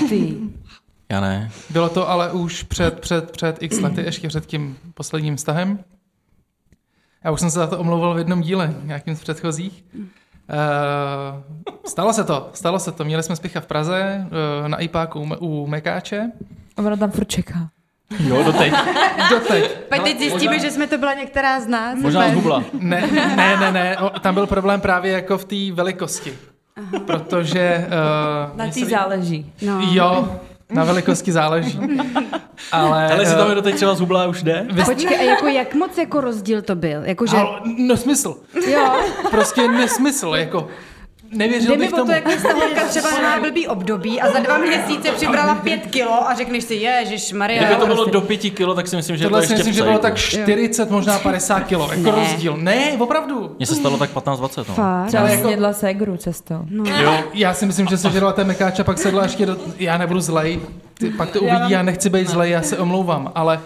Já ne.
Bylo to ale už před, před, před x lety, ještě před tím posledním vztahem. Já už jsem se za to omlouval v jednom díle, nějakým z předchozích. Uh, stalo se to, stalo se to. Měli jsme spicha v Praze, uh, na IPáku u, Me- u Mekáče.
A Ona tam furt čeká.
Jo, doteď.
Doteď.
Pak teď zjistíme, že jsme to byla některá z nás.
Možná z Google.
Ne, ne, ne, ne. O, tam byl problém právě jako v té velikosti. Protože... Uh,
Na tý záleží.
No.
Jo, na velikosti
[LAUGHS]
záleží. Ale...
Ale jestli
eh,
tam je doteď třeba z Hubla, už jde.
Počkej, a jako jak moc jako rozdíl to byl? Jako, že,
Halo, nesmysl.
jo,
no Prostě nesmysl, jako... Nevěřil
jde
bych
mi o
tomu.
to, jako- jak ta holka třeba má blbý období a za dva
[LAUGHS]
měsíce přibrala pět kilo a řekneš si, ježiš, Maria. prostě
Kdyby to bylo do pěti kilo, tak si myslím, že
prostě. Tohle
to
si
ještě
myslím, že
psej.
bylo tak 40, možná 50 kilo, jako rozdíl. Ne, opravdu.
Mně se stalo tak 15-20, no.
Třeba snědla ségru cestou.
Jo. Já si myslím, že se žerla ten mekáč a pak sedla ještě do... Já nebudu zlej, ty, pak to uvidí, já nechci být zlej, já se omlouvám, ale...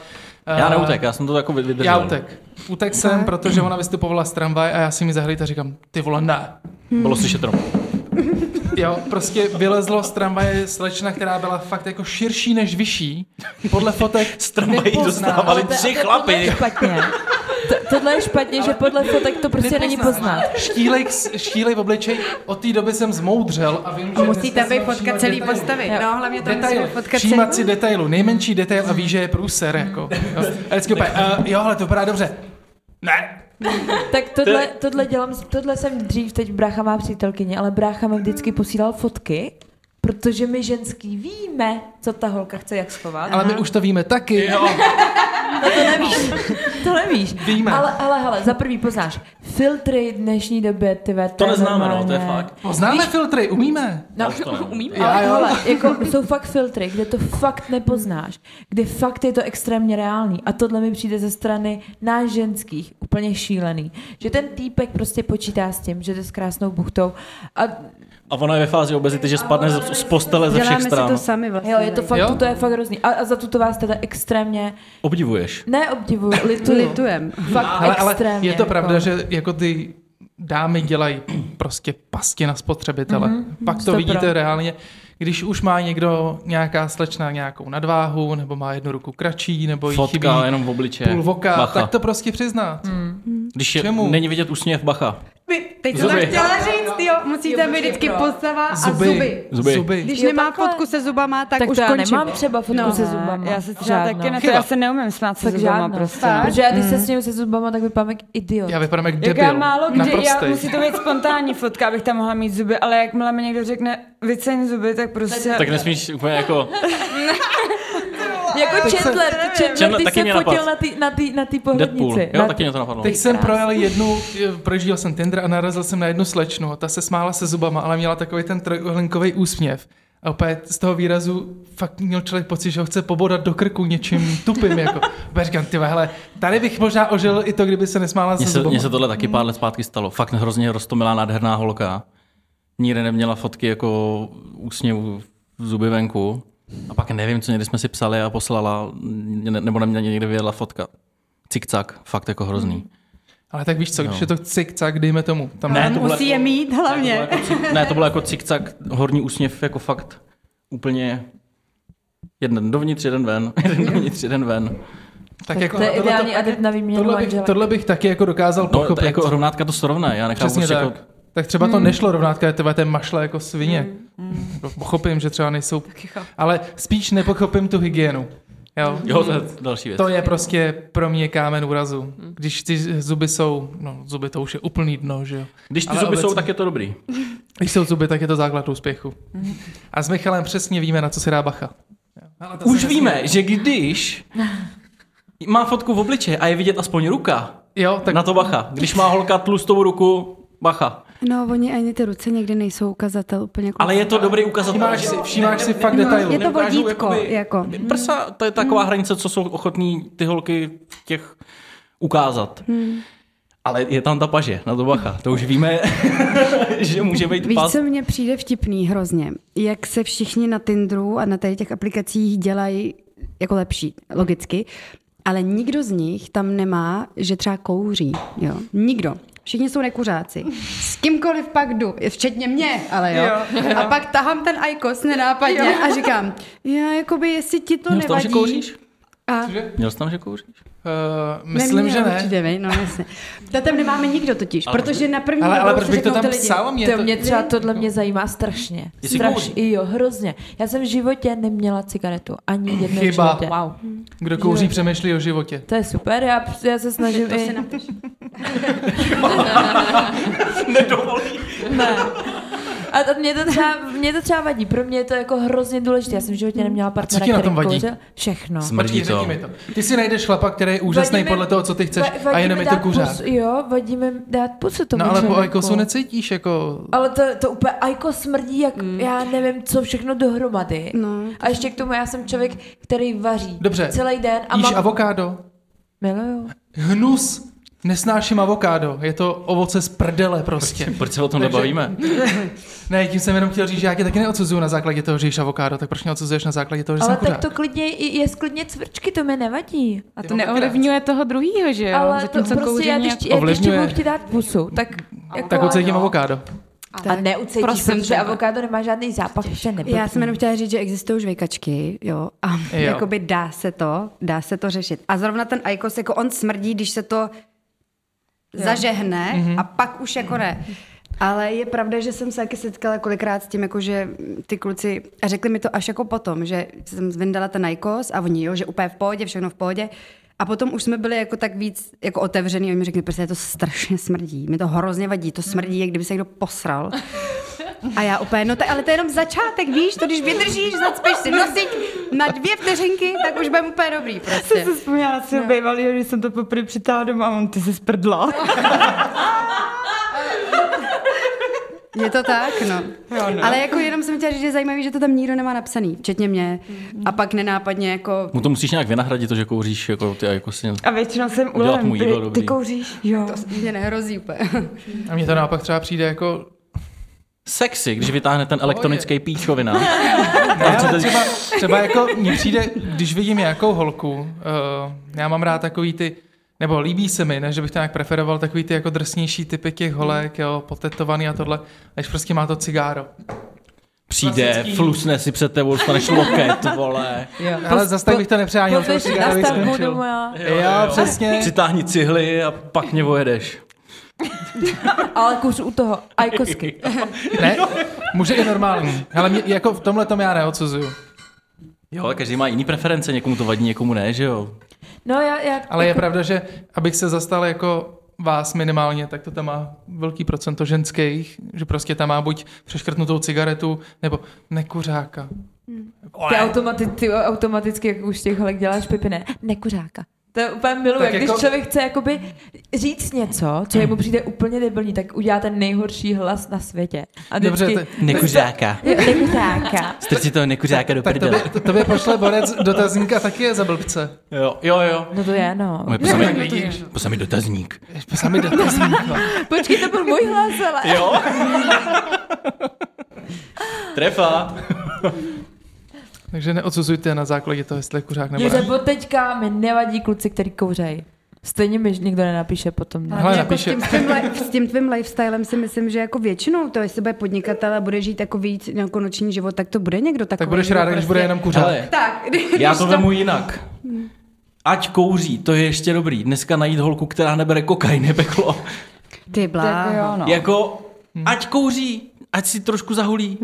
eh,
Já neutek, já jsem to jako vy- vydržel.
Já utek. Utek jsem, protože ona vystupovala z tramvaje a já si mi zahlít a říkám, ty vole, ne.
Hmm. Bylo slyšet jenom.
Jo, prostě vylezlo z tramvaje slečna, která byla fakt jako širší než vyšší. Podle fotek
Z tramvají dostávali tři chlapy.
Špatně. To- Tohle je špatně, že podle fotek to prostě není poznat.
Štílej, štílej v obličej, od té doby jsem zmoudřel a vím, že... dneska
Musíte
jsem
být fotka
všímat
celý
detailu.
postavy. No, hlavně to musí
Detailu,
být fotka celý.
všímat si detailu, nejmenší detail a ví, že je průser, jako. Jo,
[LAUGHS]
a vždycky úplně, uh, jo, ale to vypadá dobře. Ne,
Tak tohle, tohle, dělám, tohle jsem dřív, teď brácha má přítelkyně, ale brácha mi vždycky posílal fotky, protože my ženský víme, co ta holka chce jak schovat.
ale my už to víme taky. Jo.
To nevíš.
Víme.
Ale, ale, hele, za prvý poznáš, filtry v dnešní době, ty ve,
To neznáme, no, to je fakt.
Poznáme filtry, umíme.
No,
už to ne.
umím,
Já
ale
jo.
hele, jako jsou fakt filtry, kde to fakt nepoznáš, kde fakt je to extrémně reálný a tohle mi přijde ze strany nás ženských úplně šílený, že ten týpek prostě počítá s tím, že jde s krásnou buchtou a
A ona je ve fázi obezity, že spadne z, z postele ze všech
Děláme si to
stran.
sami vlastně.
jo, je to fakt,
Jo.
jo? to je fakt hrozný a, a za to vás teda extrémně
Obdivuješ.
neobdivuju, lituju.
Litujem.
Fakt
Ale, ale
extrémně.
je to
jako.
pravda, že jako ty dámy dělají prostě pasti na spotřebitele.
Mhm.
Mm-hmm, Pak to
Stopro.
vidíte reálně. Když už má někdo, nějaká slečna nějakou nadváhu, nebo má jednu ruku kratší, nebo jí chybí
Fotka jenom v obliče.
půl voka,
bacha.
tak to prostě přiznat. Mm.
Hmm.
Když je,
Čemu?
není vidět úsměv bacha.
Vy- Teď jsem
Zuby.
to chtěla říct, jo. Musíte být vždycky postava a zuby. zuby.
Zuby.
zuby.
Když
Jo,
nemá
takhle.
fotku se zubama, tak,
tak
už
to já
končím.
nemám třeba fotku no, se zubama.
Já se třeba
Žádnou.
taky na to,
Chyba.
já se neumím smát se
Tak
zubama
žádnou.
prostě.
Protože já když se s ním se zubama, tak vypadám jak idiot.
Já vypadám jak
Jak
debil.
já málo kdy,
Naprostej.
já, musí to být spontánní fotka, abych tam mohla mít zuby, ale jakmile mi někdo řekne, vyceň zuby, tak prostě...
Tak nesmíš úplně
[LAUGHS]
jako...
Jako Chandler,
Chandler,
Chandler, ty
taky
se
mě
fotil
napadl.
na ty, na ty, na ty
Deadpool.
pohlednici.
Jo,
na
taky mě to napadlo.
Teď jsem projel jednu, eh, projížděl jsem Tinder a narazil jsem na jednu slečnu. a Ta se smála se zubama, ale měla takový ten trojuhlinkový úsměv. A opět z toho výrazu fakt měl člověk pocit, že ho chce pobodat do krku něčím tupým. Jako. [LAUGHS] Opět říkám, ty hele, tady bych možná ožil i to, kdyby se nesmála se
Mně se,
zubama.
mně se tohle taky pár let zpátky stalo. Fakt hrozně roztomilá, nádherná holka. Nikde neměla fotky jako úsměvu v zuby venku. A pak nevím, co někdy jsme si psali a poslala, ne- nebo na mě někdy vyjedla fotka. Cik-cak, fakt jako hrozný.
Ale tak víš co,
No.
když je to cik-cak, dejme tomu. Tam ne.
to
Musí je mít hlavně.
Ne, to bylo jako cik-cak, horní úsměv, jako fakt úplně jeden dovnitř, jeden ven, [LAUGHS] jeden dovnitř, jeden ven.
Tak jako,
To je
tohle to-
ideální adept na výměnu
tohle, bych,
manželek.
tohle bych taky jako dokázal
No,
pochopit.
to, jako rovnátka to srovná, já nechápu
Přesně
prostě
tak.
jako
Tak třeba to nešlo rovnátka, ty vole, to je mašle jako svině. Jako Pochopím, že třeba nejsou... Ale spíš nepochopím tu hygienu. Jo.
Jo, to je další věc.
To je prostě pro mě kámen úrazu. Když ty zuby jsou, no zuby to už je úplný dno, že jo.
Když ty
Ale
zuby jsou,
obecně-
tak je to dobrý.
Když jsou zuby, tak je to základ úspěchu. A s Michalem přesně víme, na co se dá bacha.
Už víme, že když Má fotku v obličeji a je vidět aspoň ruka.
Jo,
Tak
tak
na to bacha. Když má holka tlustou ruku, bacha.
No, oni ani ty ruce někdy nejsou ukazatel úplně. jako-
Ale je to dobrý ukazatel.
Všímáš si- všímáš si fakt detailů.
Je to
Neukážou
vodítko, jako. Hmm.
Prsa, to je taková hranice, co jsou ochotní ty holky v těch ukázat.
Hmm.
Ale je tam ta paže, na to bacha. To už víme, [LAUGHS] že může být
Víš,
pas.
co mně přijde vtipný hrozně? Jak se všichni na Tinderu a na tady těch aplikacích dělají jako lepší, logicky, ale nikdo z nich tam nemá, že třeba kouří. Jo? Nikdo. Všichni jsou nekuřáci. S kýmkoliv pak jdu, včetně mě, ale jo. jo. A pak tahám ten ajkos nenápadně jo. a říkám, já jakoby, jestli ti to
Měl jsi tam, že
nevadí.
kouříš?
A
Měl jsi tam, že kouříš?
uh, myslím, že ne.
Určitě, vej, no jasně. To tam nemáme nikdo totiž, ale protože na první
Ale, ale
dobrou
proč
se
bych to
řeknou
tam
ty lidi.
psal? Mě
to
to...
mě třeba tohle mě zajímá strašně.
Jestli
Strašně, jo, hrozně. Já jsem v životě neměla cigaretu. Ani jednou v
Chyba.
životě. Wow.
Kdo kouří, přemýšlí o životě.
To je super, já, prostě- já se snažím i...
[LAUGHS]
Nedovolí.
Ne. A to, mě, to třeba, mě to třeba vadí, pro mě je to jako hrozně důležité. Já jsem v životě neměla partnera,
Mm. ti na tom
který
vadí?
kouřil. Všechno.
Smrdí
Počkej,
to.
řekni mi to. Ty si najdeš chlapa, který je úžasný
Vadí mi-
podle toho, co ty chceš,
va- vadí
a jenom
mi
je to
dát
kuřák.
pusu- Jo, vadí mi dát pusu tomu
No ale po
člověku.
Aikosu necítíš, jako...
Ale to, to úplně ajko smrdí, jak mm. já nevím, co všechno dohromady.
No.
A ještě k tomu, já jsem člověk, který vaří
Dobře.
celý den a
Jíš
mám...
avokádo?
Miluju.
Hnus! Nesnáším avokádo, je to ovoce z prdele prostě.
Proč se o tom
Takže-
nebavíme?
Ne, tím jsem jenom chtěl říct, že já tě taky neodsuzuju na základě toho, že jíš avokádo, tak proč mě odsuzuješ na základě toho, že
Ale
jsem
tak
kuřák?
to klidně, i- je sklidně cvrčky, to mi nevadí.
A to neovlivňuje toho druhého, že jo?
ale to
Zatímco
prostě, já
kouření
když,
jako-
ti- já když ti
Ovlivňuje.
budu chtít dát pusu, tak jako
Tak odcítím
ano.
avokádo.
A prostě- neucítíš,
prosím
protože
tě.
avokádo nemá žádný zápach, protože nebyl.
Já jsem jenom chtěla říct, že existují žvejkačky, jo, a
Jo.
jo. [LAUGHS] jakoby dá se to, dá se to řešit. A zrovna ten Aikos, jako on smrdí, když se to zažehne mm-hmm. a pak už jako ne. Ale je pravda, že jsem se taky setkala kolikrát s tím, jako že ty kluci, a řekli mi to až jako potom, že jsem vyndala ten Aikos a oni, jo, že úplně v pohodě, všechno v pohodě. A potom už jsme byli jako tak víc jako otevřený, oni mi řekli, prostě to strašně smrdí, mi to hrozně vadí, to smrdí, jak kdyby se někdo posral. A já úplně, no to, ale to je jenom začátek, víš, to když vydržíš, zacpeš si nosík na dvě vteřinky, tak už budeme úplně dobrý prostě.
Jsem si vzpomněla si no. bývalýho, když jsem to poprvé přitáhla doma a on, ty jsi sprdla.
Je to tak, no. Ale jako jenom jsem chtěla říct, že je zajímavý, že to tam nikdo nemá napsaný, včetně mě. A pak nenápadně jako...
Mu to musíš nějak vynahradit, to, že kouříš jako ty jako si...
A většinou jsem
Udělat
ulem,
mu jídlo
ty,
dobrý.
ty kouříš? Jo.
Mě nehrozí úplně.
A mně to naopak třeba přijde jako...
Sexy, když vytáhne ten elektronický
[LAUGHS]
píčovina.
Ne, ale třeba, třeba jako mně přijde, když vidím nějakou holku, uh, já mám rád takový ty, nebo líbí se mi, ne, že bych to nějak preferoval, takový ty jako drsnější typy těch holek, jo, potetovaný a tohle, než prostě má to cigáro.
Přijde,
Klasický.
flusne si před tebou, dostaneš loket,
[LAUGHS]
vole.
Ale zase tak bych to nepřeháněl, to
Pozveš na
cigáro bych
stavbu
skončil.
doma.
Jo, přesně.
Přitáhni cihly a pak mě vojedeš.
Ale kuř u toho
[LAUGHS]
ajkosky.
[LAUGHS] Ne, může i normální. Ale mě, jako v tomhle tom já neodsuzuju.
Jo, ale každý má jiný preference, někomu to vadí, někomu ne, že jo?
No já, já
Ale je pravda, že abych se zastal jako vás minimálně, tak to tam má velký procento ženských, že prostě tam má buď přeškrtnutou cigaretu, nebo nekuřáka.
ty, automati, ty automaticky, jak už těch holek děláš, Pipi, ne, nekuřáka. To je úplně miluji,
Tak
když
jako-
člověk chce jakoby říct něco, co mu přijde úplně debilní, tak udělá ten nejhorší hlas na světě. A
Dobře,
vždycky,
ty-
Nekuřáka.
nekuřáka.
Strč si toho nekuřáka do
Tak to
prdele.
to, tobě pošle borec dotazník a taky je za blbce.
Jo, jo, jo.
No to
[LAUGHS]
je, no.
Moje posa mi, posa mi dotazník.
Pošle mi dotazník. no.
Počkej, to byl můj hlas, ale...
Jo? [LAUGHS] Trefa.
Takže neodsuzujte na základě toho, jestli je kuřák nebo
Juře,
ne.
po teďka mi nevadí kluci, který kouřejí. Stejně mi nikdo nenapíše potom. Ne.
Hele,
jako s,
napíše,
tím tvým, li- s tím tvým lifestylem si myslím, že jako většinou to, jestli bude podnikatel a bude žít jako víc jako noční život, tak to bude někdo takový.
tak budeš
kdo
ráda, když
prostě-
bude jenom kuřák.
Hele,
Tak,
já to vemu jinak. Ať kouří, to je ještě dobrý. Dneska najít holku, která nebere kokain, je peklo.
Ty bláho.
Jo, no.
Jako, ať kouří, ať si trošku zahulí.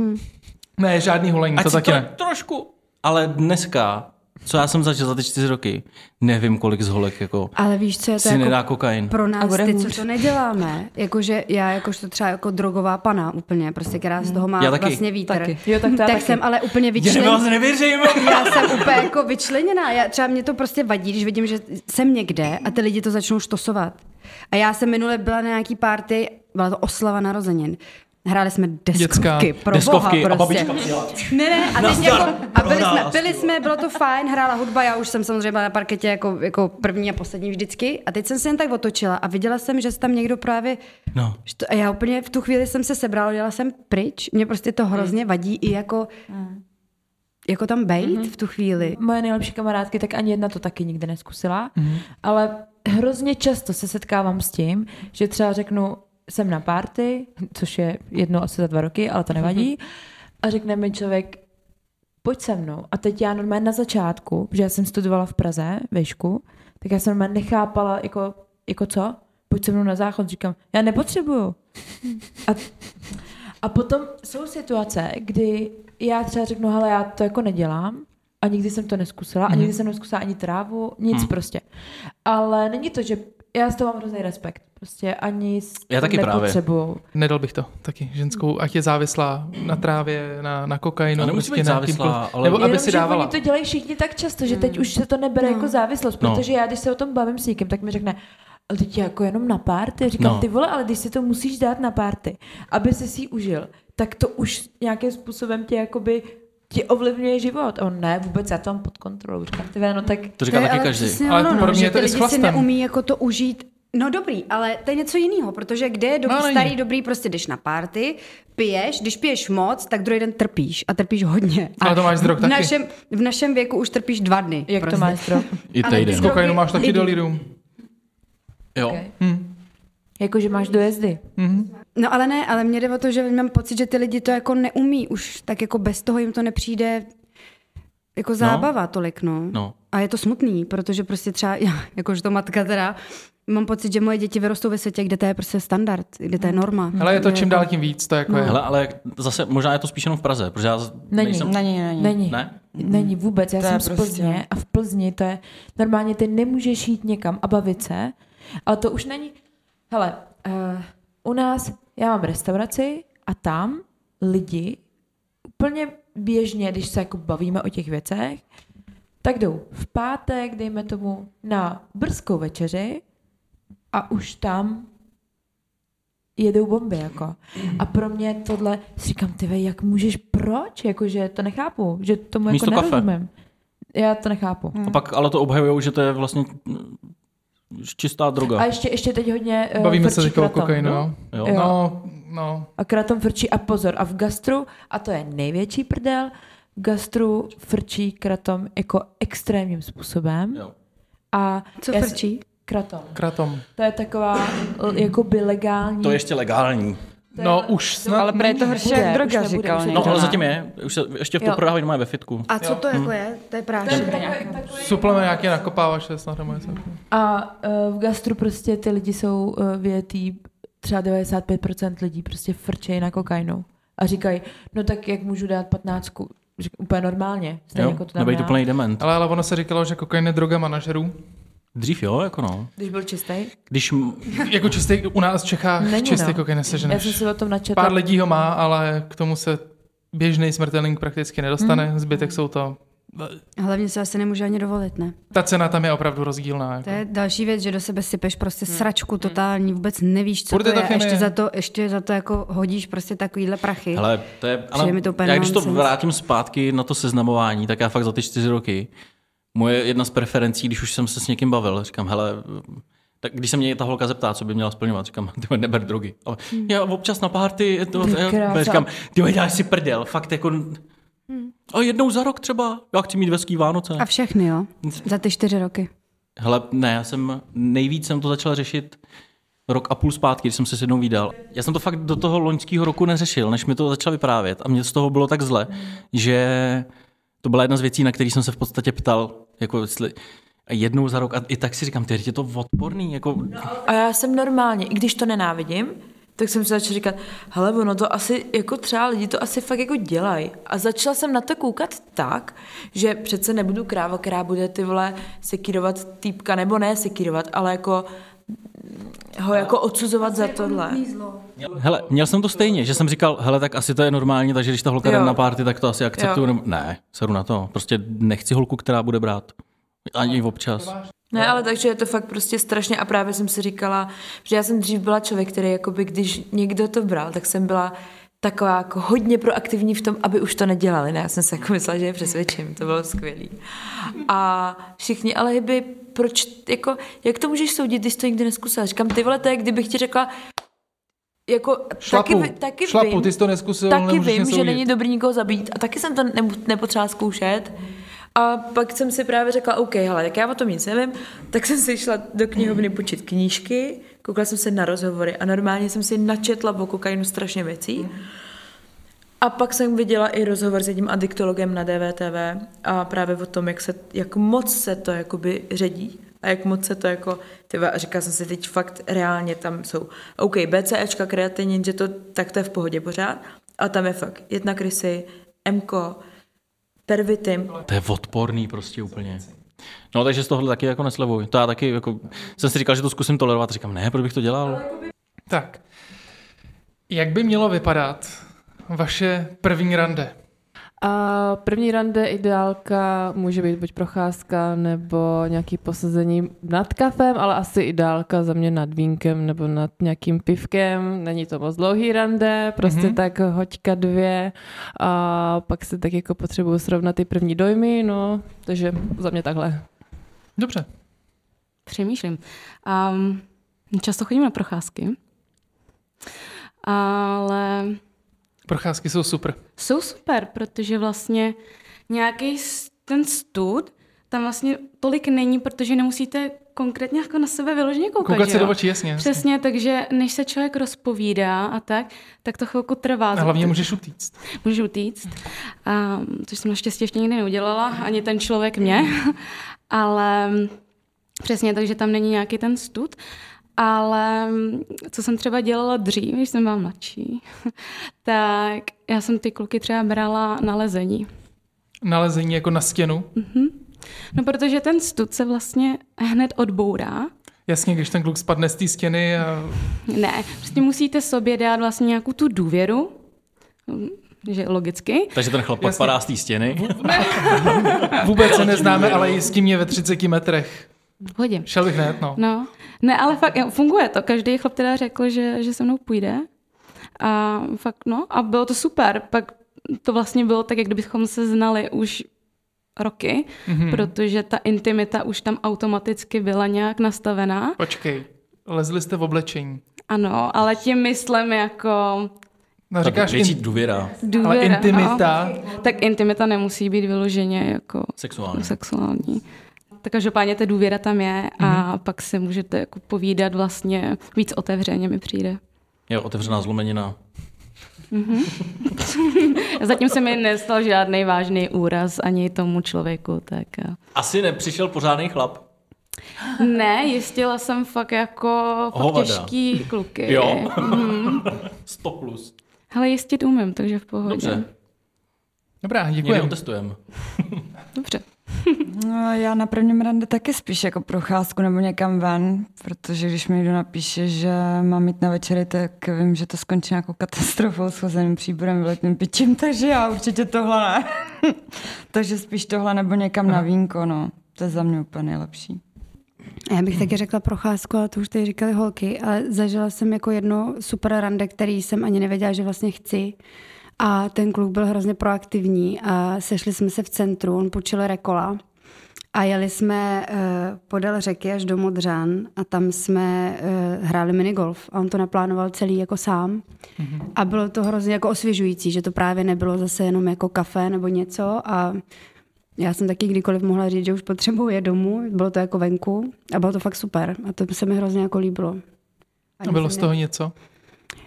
Ne, žádný hulení,
Ať
to
si
taky
to
ne.
trošku. Ale dneska co já jsem zažil za ty čtyři roky, nevím, kolik z holek jako
Ale víš, co je to
si nedá
jako
kokain.
pro
A
nás,
bude
ty, co
hůř.
to neděláme. Jakože já jakožto třeba jako drogová pana úplně, prostě, která z toho má
Já taky.
vlastně vítr.
Taky.
Jo, tak to já
tak
taky.
jsem ale úplně
Já
vyčleněná.
vás nevěřím.
Já jsem úplně jako vyčleněná. Já, třeba mě to prostě vadí, když vidím, že jsem někde a ty lidi to začnou štosovat. A já jsem minule byla na nějaký party, byla to oslava narozenin. Hráli jsme deskovky,
Děcka.
pro
Deskovky
boha
a
prostě.
babička přijela.
Ne, ne, a, teď
Nazdar,
jako, a byli,
prodala
jsme,
nás,
byli
ty
jsme, bylo to fajn, hrála hudba, já už jsem samozřejmě byla na parketě jako, jako první a poslední vždycky. A teď jsem se jen tak otočila a viděla jsem, že se tam někdo právě...
No.
že to- A já úplně v tu chvíli jsem se sebrala, dělala jsem pryč. Mě prostě to hrozně
Mm.
vadí i jako... Jako tam bejt
Mhm.
v tu chvíli.
Moje nejlepší kamarádky, tak ani jedna to taky nikdy neskusila,
Mhm.
mm. ale hrozně často se setkávám s tím, že třeba řeknu, jsem na párty, což je jedno asi za dva roky, ale to nevadí, a řekne mi člověk, pojď se mnou. A teď já normálně na začátku, protože já jsem studovala v Praze, vešku, tak já jsem normálně nechápala, jako, jako co, pojď se mnou na záchod, říkám, já nepotřebuju. A, a potom jsou situace, kdy já třeba řeknu, hele, já to jako nedělám, a nikdy jsem to neskusila,
Mhm.
a nikdy jsem neskusila ani trávu, nic prostě. Ale není to, že já z toho mám hrozný respekt. Prostě ani s-
Já taky právě.
nepotřebuju.
Nedal bych to taky ženskou, ať je závislá na trávě, na, na kokainu.
A nemusí být
na
závislá,
jakýmkoliv-
ale-
Nebo aby
Jenom,
si
že
dávala.
Oni to dělají všichni tak často, že teď už se to nebere jako závislost,
No.
protože já, když se o tom bavím s někým, tak mi řekne, ale teď je jako jenom na párty. Říkám,
No.
no. ty vole, ale když si to musíš dát na párty, aby se si ji užil, tak to už nějakým způsobem tě jakoby ti ovlivňuje život. A on ne, vůbec já to mám pod kontrolou. Říkám, ty vole, no tak
To říká
je
taky
ale
každý.
přesně
Ale
ono, no,
pro mě
že
je to
ty
i s
lidi si
chlastem.
neumí jako to užít. No dobrý, ale to je něco jiného, protože kde je dobrý,
No, ale
starý,
není.
dobrý, prostě jdeš na párty, piješ, když piješ moc, tak druhý den trpíš a trpíš hodně. A
Ale to máš z drog
v
taky.
našem, v našem věku už trpíš dva dny.
jak
prostě.
to máš strop?
I
Ale
týden.
ty
Z kokainu máš taky
Jdi.
delirium.
Jo.
Okay. Jako, že máš dojezdy.
No ale ne, ale mě jde o to, že mám pocit, že ty lidi to jako neumí už, tak jako bez toho jim to nepřijde jako zábava no. tolik, no.
No.
A je to smutný, protože prostě třeba, já, jakože to matka teda, mám pocit, že moje děti vyrostou ve světě, kde to je prostě standard, kde to je norma.
Ale je to
Kde
čím
jako-
dál tím víc, to
No.
jako je.
Hele, ale zase možná je to spíš jenom v Praze, protože já z-
Není.
nejsem...
Není, není.
Není.
Ne?
Není vůbec, já
Mm. To je
jsem z
prostě-
Plzně a v Plzni to je, normálně ty nemůžeš jít někam a bavit se, ale to už není, hele, uh, u nás, já mám restauraci a tam lidi úplně běžně, když se jako bavíme o těch věcech, tak jdou v pátek, dejme tomu, na brzkou večeři a už tam jedou bomby, jako. A pro mě tohle, si říkám, ty vej, jak můžeš, proč? Jakože to nechápu, že tomu
Místo
jako
kafe.
nerozumím. Já to nechápu.
A pak ale to obhajujou, že to je vlastně mm, čistá droga.
A ještě, ještě teď hodně eh,
Bavíme se
frčí
teďka o
kratom,
kokainu,
no?
Jo.
jo?
Jo.
No, no.
A kratom frčí a pozor, a v gastru, a to je největší prdel, v gastru frčí kratom jako extrémním způsobem.
Jo.
A
Co
já si-
frčí?
Kratom.
Kratom.
To je taková l- jakoby legální.
To je ještě legální.
to je-
No už snad.
Ale prej to
Nebude,
horší jak
už
droga,
nebude,
říkal
už
někdo.
No, ale
ne.
zatím je. Už se, ještě v to
Jo.
prodávají normálně ve fitku.
A co to jako je? To je prášek.
Suplement nějaký nakopáváš, se snad nebo něco.
A uh, v gastru prostě ty lidi jsou uh, větý, třeba 95% lidí prostě frčejí na kokainu. A říkají, no tak jak můžu dát patnáctku? Řík, úplně normálně. Stejně
Jo,
jako to tam
nebej
já.
to plný dement.
Ale, ale ono se říkalo, že kokain je droga manažerů.
Dřív jo, jako no.
Když byl čistý?
Když m-
Jako čistý, u nás v Čechách
Není,
čistý
no.
kokain
Já jsem
neseženeš.
si o tom načetla.
Pár lidí ho má, ale k tomu se běžný smrtelník prakticky nedostane. Zbytek jsou to...
Hlavně se asi nemůže ani dovolit, ne?
Ta cena tam je opravdu rozdílná. Jako.
To je další věc, že do sebe sypeš prostě sračku totální, vůbec nevíš, co
Hmm. Furt
to
je to
je. a Ještě
chemie.
za to, ještě za to jako hodíš prostě takovýhle prachy.
Hele, to je, ale
mi to úplně
já když to
nonsens.
vrátím zpátky na to seznamování, tak já fakt za ty čtyři roky, moje jedna z preferencí, když už jsem se s někým bavil, říkám, hele, tak když se mě ta holka zeptá, co by měla splňovat, říkám, ty vole, neber drogy. Ale
Hmm.
já občas na párty, to,
Ty
já-
krása.
říkám, ty vole, děláš si prdel, fakt jako... A jednou za rok třeba, já chci mít veský Vánoce.
Hmm. A všechny, jo? Za ty čtyři roky.
Hele, ne, já jsem nejvíc jsem to začal řešit rok a půl zpátky, když jsem se s jednou vydal. Já jsem to fakt do toho loňského roku neřešil, než mi to začal vyprávět a mě z toho bylo tak zle, že to byla jedna z věcí, na který jsem se v podstatě ptal, jako jestli a jednou za rok a i tak si říkám, ty je to odporný, jako
A já jsem normálně, i když to nenávidím, tak jsem si začala říkat, hele, ono to asi, jako třeba lidi to asi fakt jako dělají. A začala jsem na to koukat tak, že přece nebudu kráva, která bude ty vole sekírovat týpka, nebo ne sekírovat, ale jako ho jako odsuzovat za tohle.
Hele, měl jsem to stejně, že jsem říkal, hele, tak asi to je normální, takže když ta holka
Jo.
jde na party, tak to asi akceptuju.
Jo.
Nebo... Ne, seru na to. Prostě nechci holku, která bude brát. Ani občas.
Ne, ale takže je to fakt prostě strašně a právě jsem si říkala, že já jsem dřív byla člověk, který jakoby, když někdo to bral, tak jsem byla taková jako hodně proaktivní v tom, aby už to nedělali. Ne, já jsem se jako myslela, že je přesvědčím, to bylo skvělý. A všichni, ale hyby, proč, jako, jak to můžeš soudit, když jsi to nikdy neskusila? Říkám, ty vole, to je, kdybych ti řekla, jako, taky,
Šlapu,
vi- taky
šlapu,
vím,
ty jsi to neskusil,
taky
nemůžeš mě
vím, že
soudit.
není dobrý nikoho zabít a taky jsem to ne- nepotřeba zkoušet. A pak jsem si právě řekla, OK, hele, tak já o tom nic nevím, tak jsem si šla do knihovny počít knížky, koukala jsem se na rozhovory a normálně jsem si načetla o kokainu strašně věcí. A pak jsem viděla i rozhovor s jedním adiktologem na DVTV a právě o tom, jak, se, jak moc se to jakoby ředí a jak moc se to jako, tyva, a říkala jsem si teď fakt reálně tam jsou, OK, BCEčka, kreatinin, že to tak to je v pohodě pořád, a tam je fakt jedna krysy, MKO, pervitin,
To je odporný prostě úplně. No, takže z tohohle taky jako neslevuji. To já taky jako, jsem si říkal, že to zkusím tolerovat. Říkám, ne, proč bych to dělal?
Tak, jak by mělo vypadat vaše první rande?
A první rande ideálka může být buď procházka nebo nějaký posazení nad kafem, ale asi ideálka za mě nad vínkem nebo nad nějakým pivkem. Není to moc dlouhý rande, prostě mm-hmm. tak hoďka dvě a pak se tak jako potřebuju srovnat ty první dojmy, no, takže za mě takhle.
Dobře.
Přemýšlím. Um, často chodím na procházky, ale
Procházky jsou super.
jsou super, protože vlastně nějaký s- ten stud tam vlastně tolik není, protože nemusíte konkrétně jako na sebe vyloženě koukat.
Koukat
že
se
jo?
do očí, jasně. jasně.
Přesně, takže než se člověk rozpovídá a tak, tak to chvilku trvá.
A hlavně můžeš utíct.
můžu utíct, a, což jsem naštěstí ještě nikdy neudělala, ani ten člověk mě, [LAUGHS] ale přesně tak, že tam není nějaký ten stud. Ale ehm, co jsem třeba dělala dřív, když jsem byla mladší, [LAUGHS] tak já jsem ty kluky třeba brala na lezení.
Nalezení jako na stěnu.
No protože ten stud se vlastně hned odbourá,
Jasně, když ten kluk spadne z té stěny a
Ne, prostě musíte sobě dát vlastně nějakou tu důvěru, že logicky.
Takže ten chlap pak
Jasně. No,
padá z té stěny.
vůbec se neznáme, ale jistí mě ve 30 metrech.
V hodě.
Šel bych hned, no.
No, ne, ale fakt jo, funguje to. Každý chlap teda řekl, že, že se mnou půjde. A fakt no, a bylo to super. Pak to vlastně bylo tak, jak kdybychom se znali už roky,
Mhm.
mm-hmm. protože ta intimita už tam automaticky byla nějak nastavená.
Počkej, lezli jste v oblečení.
Ano, ale tím myslím jako
No, říkáš,
větší
in,
důvěra
důvěra.
ale intimita,
no. Tak intimita nemusí být vyloženě jako
sexuální.
sexuální. Tak každopádně ta důvěra tam je a
Mhm.
pak si můžete jako povídat vlastně víc otevřeně mi přijde.
Je otevřená zlomenina.
Zatím se mi nestal žádný vážný úraz ani tomu člověku, tak eh.
Asi nepřišel pořádný chlap.
ne, jistila jsem fakt jako fakt
Hovada.
těžký kluky.
Jo. 100 plus.
Hele, jistit umím, takže v pohodě.
Dobře,
Dobrá,
někdy
děkuji.
otestujem.
Dobře.
No, já na prvním rande taky spíš jako procházku nebo někam ven, protože když mi někdo napíše, že mám jít na večeři, tak vím, že to skončí nějakou katastrofou, schozeným příborem, vyletným pičím, [LAUGHS] takže já určitě tohle ne. [LAUGHS] takže spíš tohle nebo někam na vínko, no. To je za mě úplně nejlepší.
A Já bych taky řekla procházku, ale to už tady říkali holky, ale zažila jsem jako jedno super rande, který jsem ani nevěděla, že vlastně chci. A ten kluk byl hrozně proaktivní a sešli jsme se v centru, on půjčil rekola a jeli jsme eh, podél řeky až do Modřan a tam jsme eh, hráli minigolf a on to naplánoval celý jako sám. A bylo to hrozně jako osvěžující, že to právě nebylo zase jenom jako kafe nebo něco a já jsem taky kdykoliv mohla říct, že už potřebuji je domů, bylo to jako venku a bylo to fakt super a to se mi hrozně jako líbilo.
A bylo z toho Mhm. něco?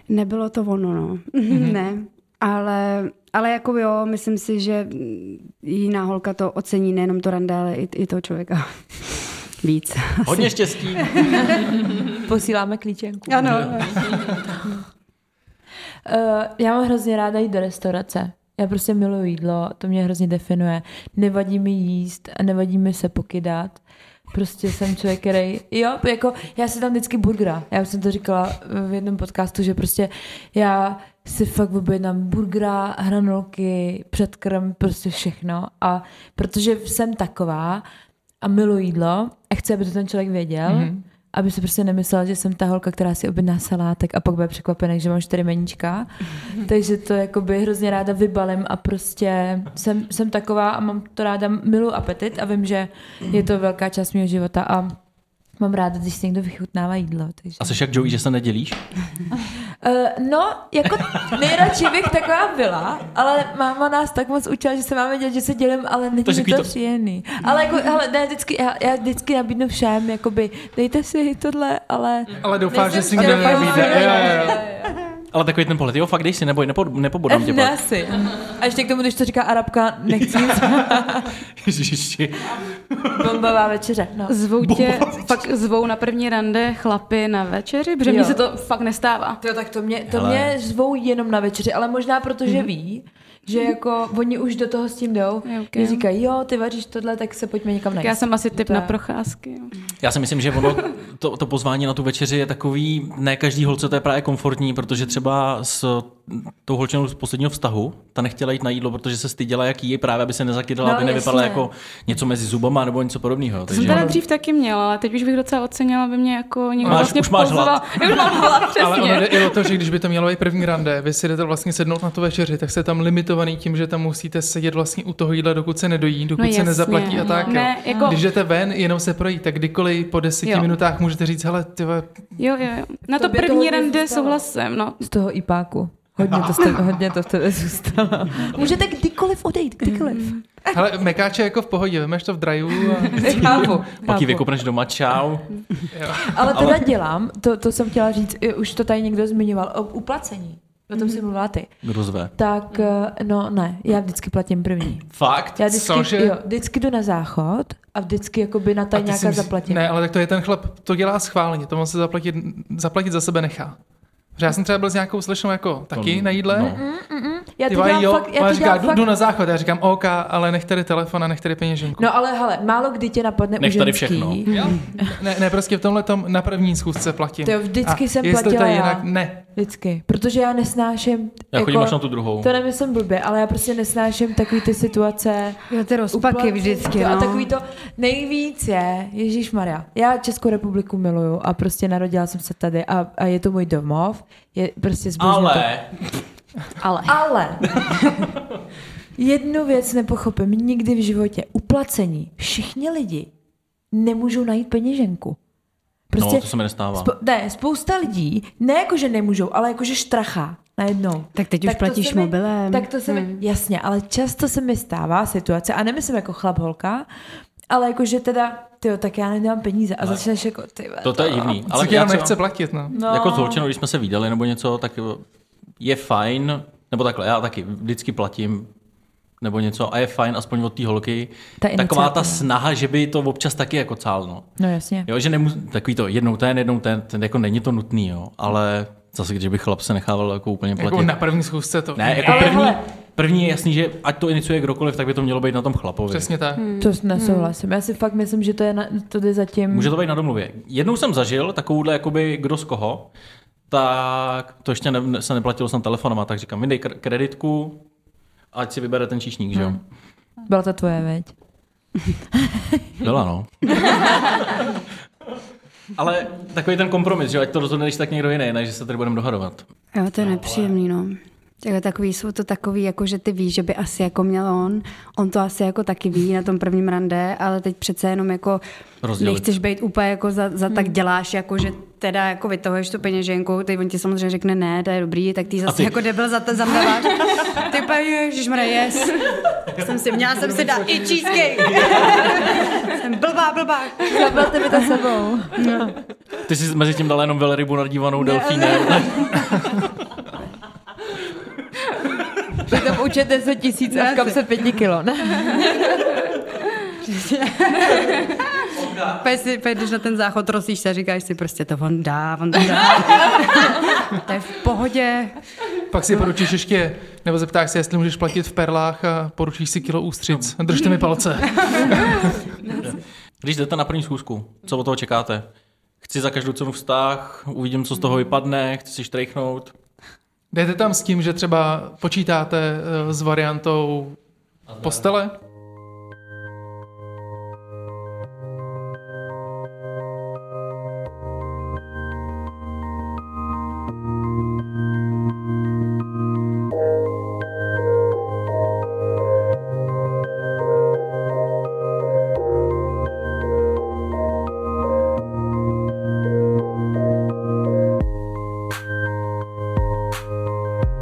Nebylo to ono, no. [LAUGHS] ne. Ale, ale jako jo, myslím si, že mm, jiná holka to ocení, nejenom to rande, ale i, i toho člověka. [LAUGHS] Víc.
[LAUGHS]
Hodně štěstí.
posíláme klíčenku.
Ano.
Uh, já mám hrozně ráda jít do restaurace. Já prostě miluji jídlo, to mě hrozně definuje. Nevadí mi jíst, nevadí mi se pokydat. Prostě jsem člověk, který, jo, jako já si tam vždycky burgera. Já už jsem to říkala v jednom podcastu, že prostě já si fakt objednám burgera, hranolky, předkrm, prostě všechno. A protože jsem taková a miluji jídlo a chci, aby to ten člověk věděl, mm-hmm. aby si prostě nemyslela, že jsem ta holka, která si objedná salátek a pak bude překvapená, že mám čtyři meníčka. Mm-hmm. Takže to jakoby hrozně ráda vybalím a prostě jsem, jsem taková a mám to ráda, milu apetit a vím, že je to velká část mého života a mám ráda, když si někdo vychutnává jídlo. Takže...
A jsi jak Joey, že se nedělíš?
Uh, no, jako nejradši bych taková byla, ale máma nás tak moc učila, že se máme dělat, že se dělím, ale není
To je
mi
takový
to
to-
příjemný. Ale jako, hele, ne, vždycky, já, já vždycky nabídnu všem, jakoby, dejte si tohle, ale...
Ale doufám, že
Nejsem
si nikdo
šťastná.
nenabídne. Jo, jo, jo.
Ale takový ten pohled, jo, fakt dej si, nebo nepo, nepobodám tě
ne,
pak.
asi. A ještě k tomu, když to říká Arabka,
[LAUGHS]
nechci nic.
Ježiši.
Bombová večeře. No.
Zvou tě, pak zvou na první rande chlapy na večeři, protože mně
Jo.
se to fakt nestává.
Jo, tak to mě, to
Hele.
mě zvou jenom na večeři, ale možná protože
Mhm.
ví, že jako oni už do toho s tím jdou.
Jo, ok.
Okay. Říkají, jo, ty vaříš tohle, tak se pojďme někam najít.
Já jsem asi typ
To
na
je-
procházky. jo.
Já si myslím, že ono, to, to pozvání na tu večeři je takový, ne každý holce to je právě komfortní, protože třeba s tou holčinou z posledního vztahu, ta nechtěla jít na jídlo, protože se styděla, jaký je právě, aby se nezakydala,
No,
aby nevypadala
jasně.
jako něco mezi zubama nebo něco podobného.
To jsem
Takže...
teda dřív taky měla, ale teď už bych docela ocenila, aby mě jako někdo
Máš-
vlastně
už máš
pozval. [LAUGHS]
hlad.
Já už mám hlad,
Ale ono jde
přesně.
i o to, že když by to mělo být první rande, vy si jdete vlastně sednout na tu večeři, tak jste tam limitovaný tím, že tam musíte sedět vlastně u toho jídla, dokud se nedojí, dokud se
No jasně.
nezaplatí a tak. jo.
Ne, jako-
Když jdete ven, jenom se projít, tak kdykoliv po deseti
Jo.
minutách můžete říct, hele, ty vole,
Jo, jo, jo. Na to
Tobě to
první
hodně
rande
zůstalo.
souhlasím, no.
Z toho IPáku. Hodně to, jste, hodně to v tebe zůstalo. Můžete kdykoliv odejít, kdykoliv.
hele, mekáče jako v pohodě, vemeš to v draju
[LAUGHS]
a
Chápu.
Pak ji
chápu.
vykopneš doma, čau.
Ale teda dělám, to, to jsem chtěla říct, i už to tady někdo zmiňoval, o uplacení. O tom si mluvila ty.
Kdo zve?
Tak,
Mm.
eh, no ne, já vždycky platím první.
Fakt?
Já vždycky,
Cože?
jo, vždycky jdu na záchod a vždycky jakoby na
A ty si
tajňáka
myslí-
zaplatím.
Ne, ale tak to je ten chlap, to dělá schválně, to on se zaplatit, zaplatit za sebe nechá. Že já jsem třeba byl s nějakou slešnou jako taky na jídle.
No.
já
Ty
to
vole,
dělám
jo,
fakt, já
ona
to
říká,
dělám
jdu,
fakt.
jdu na záchod, já říkám, OK, ale nech tady telefon a nech tady peněženku.
No ale hele, málo kdy tě napadne
Nech
u
tady
ženský.
všechno.
Mhm.
Jo? Ne, ne, prostě v tomhle tom na první schůzce platím.
To jo, vždycky
a
jsem
jestli
platila
to je
já.
jinak, ne.
Vždycky, protože já nesnáším... jako-
Já chodím až na tu druhou.
To nemyslím blbě, ale já prostě nesnáším takový ty situace...
Jo, ty rozpaky
uplacení,
vždycky,
to
no.
A takový to nejvíc je, Ježíš Maria. Já Českou republiku miluju a prostě narodila jsem se tady a, a je to můj domov. Je prostě zbožňuju to.
Ale
Ale.
Ale [LAUGHS] jednu věc nepochopím nikdy v životě. Uplacení. Všichni lidi nemůžou najít peněženku. Prostě
No, to se mi nestává.
ne, spousta lidí, ne jako, že nemůžou, ale jako, že štrachá najednou.
Tak teď
to
už
se
platíš
mi-
mobilem. Hmm.
Tak to se mi, jasně, ale často se mi stává situace, a nemyslím jako chlap holka, ale jako, že teda, tyjo, tak já nemám peníze a začneš jako, ty
to, to je divný.
Ale
Ale
Co
já
jenom
třeba-
nechce platit, no.
No. Jako s holčinou, když jsme se viděli nebo něco, tak je fajn, nebo takhle, já taky vždycky platím nebo něco a je fajn aspoň od té holky
Ta
taková ta
iniciativa.
snaha, že by to občas taky jako cálno.
No jasně.
Jo, že nemus, takový to jednou ten, jednou ten, ten jako není to nutný, jo, ale zase, když by chlap se nechával jako úplně platit.
Jako na první schůzce to.
Ne, jako
Ale
první,
hele.
první je jasný, že ať to iniciuje kdokoliv, tak by to mělo být na tom chlapovi.
Přesně tak.
To s- nesouhlasím. Já si fakt myslím, že to, je na, to jde zatím...
Může to být na domluvě. Jednou jsem zažil takovouhle, jakoby kdo z koho, tak to ještě ne, se neplatilo jsem telefonama, tak říkám, mi dej kr- kreditku, ať si vybere ten číšník, že jo?
Byla to tvoje, veď?
Byla, no. [LAUGHS] Ale takový ten kompromis, že jo, ať to rozhodne, když tak někdo jiný, ne, že se tady budeme dohadovat.
Jo, to je nepříjemný, no. Takhle takový, jsou to takový, jako že ty víš, že by asi jako měl on. On to asi jako taky ví na tom prvním rande, ale teď přece jenom jako
Rozdělit.
nechceš být úplně jako za, za tak děláš, jako že teda jako vytahuješ tu peněženku, teď on ti samozřejmě řekne ne, to je dobrý, tak ty zase
ty-
ty... jako debil za to zamdáváš. [LAUGHS] ty úplně, ježišmarja, [LAUGHS] yes. Jsem si, měla jsem si dát i cheesecake. jsem blbá, blbá.
Zabral tebe ta sebou.
Ty jsi mezi tím dala jenom velrybu nadívanou delfínem.
Přitom účet 10 tisíc a v kapse 5 kilo, ne?
Pojď si, pojď, jdeš na ten záchod, rosíš [LAUGHS] se, říkáš si prostě to on dá, on to dá. to je v pohodě.
Pak si poručíš ještě, nebo zeptáš se, jestli můžeš platit v perlách a poručíš si kilo ústřic. Držte mi palce.
[LAUGHS] Když jdete na první schůzku, co od toho čekáte? Chci za každou cenu vztah, uvidím, co z toho vypadne, chci si štrejchnout.
Jdete tam s tím, že třeba počítáte eh, s variantou postele?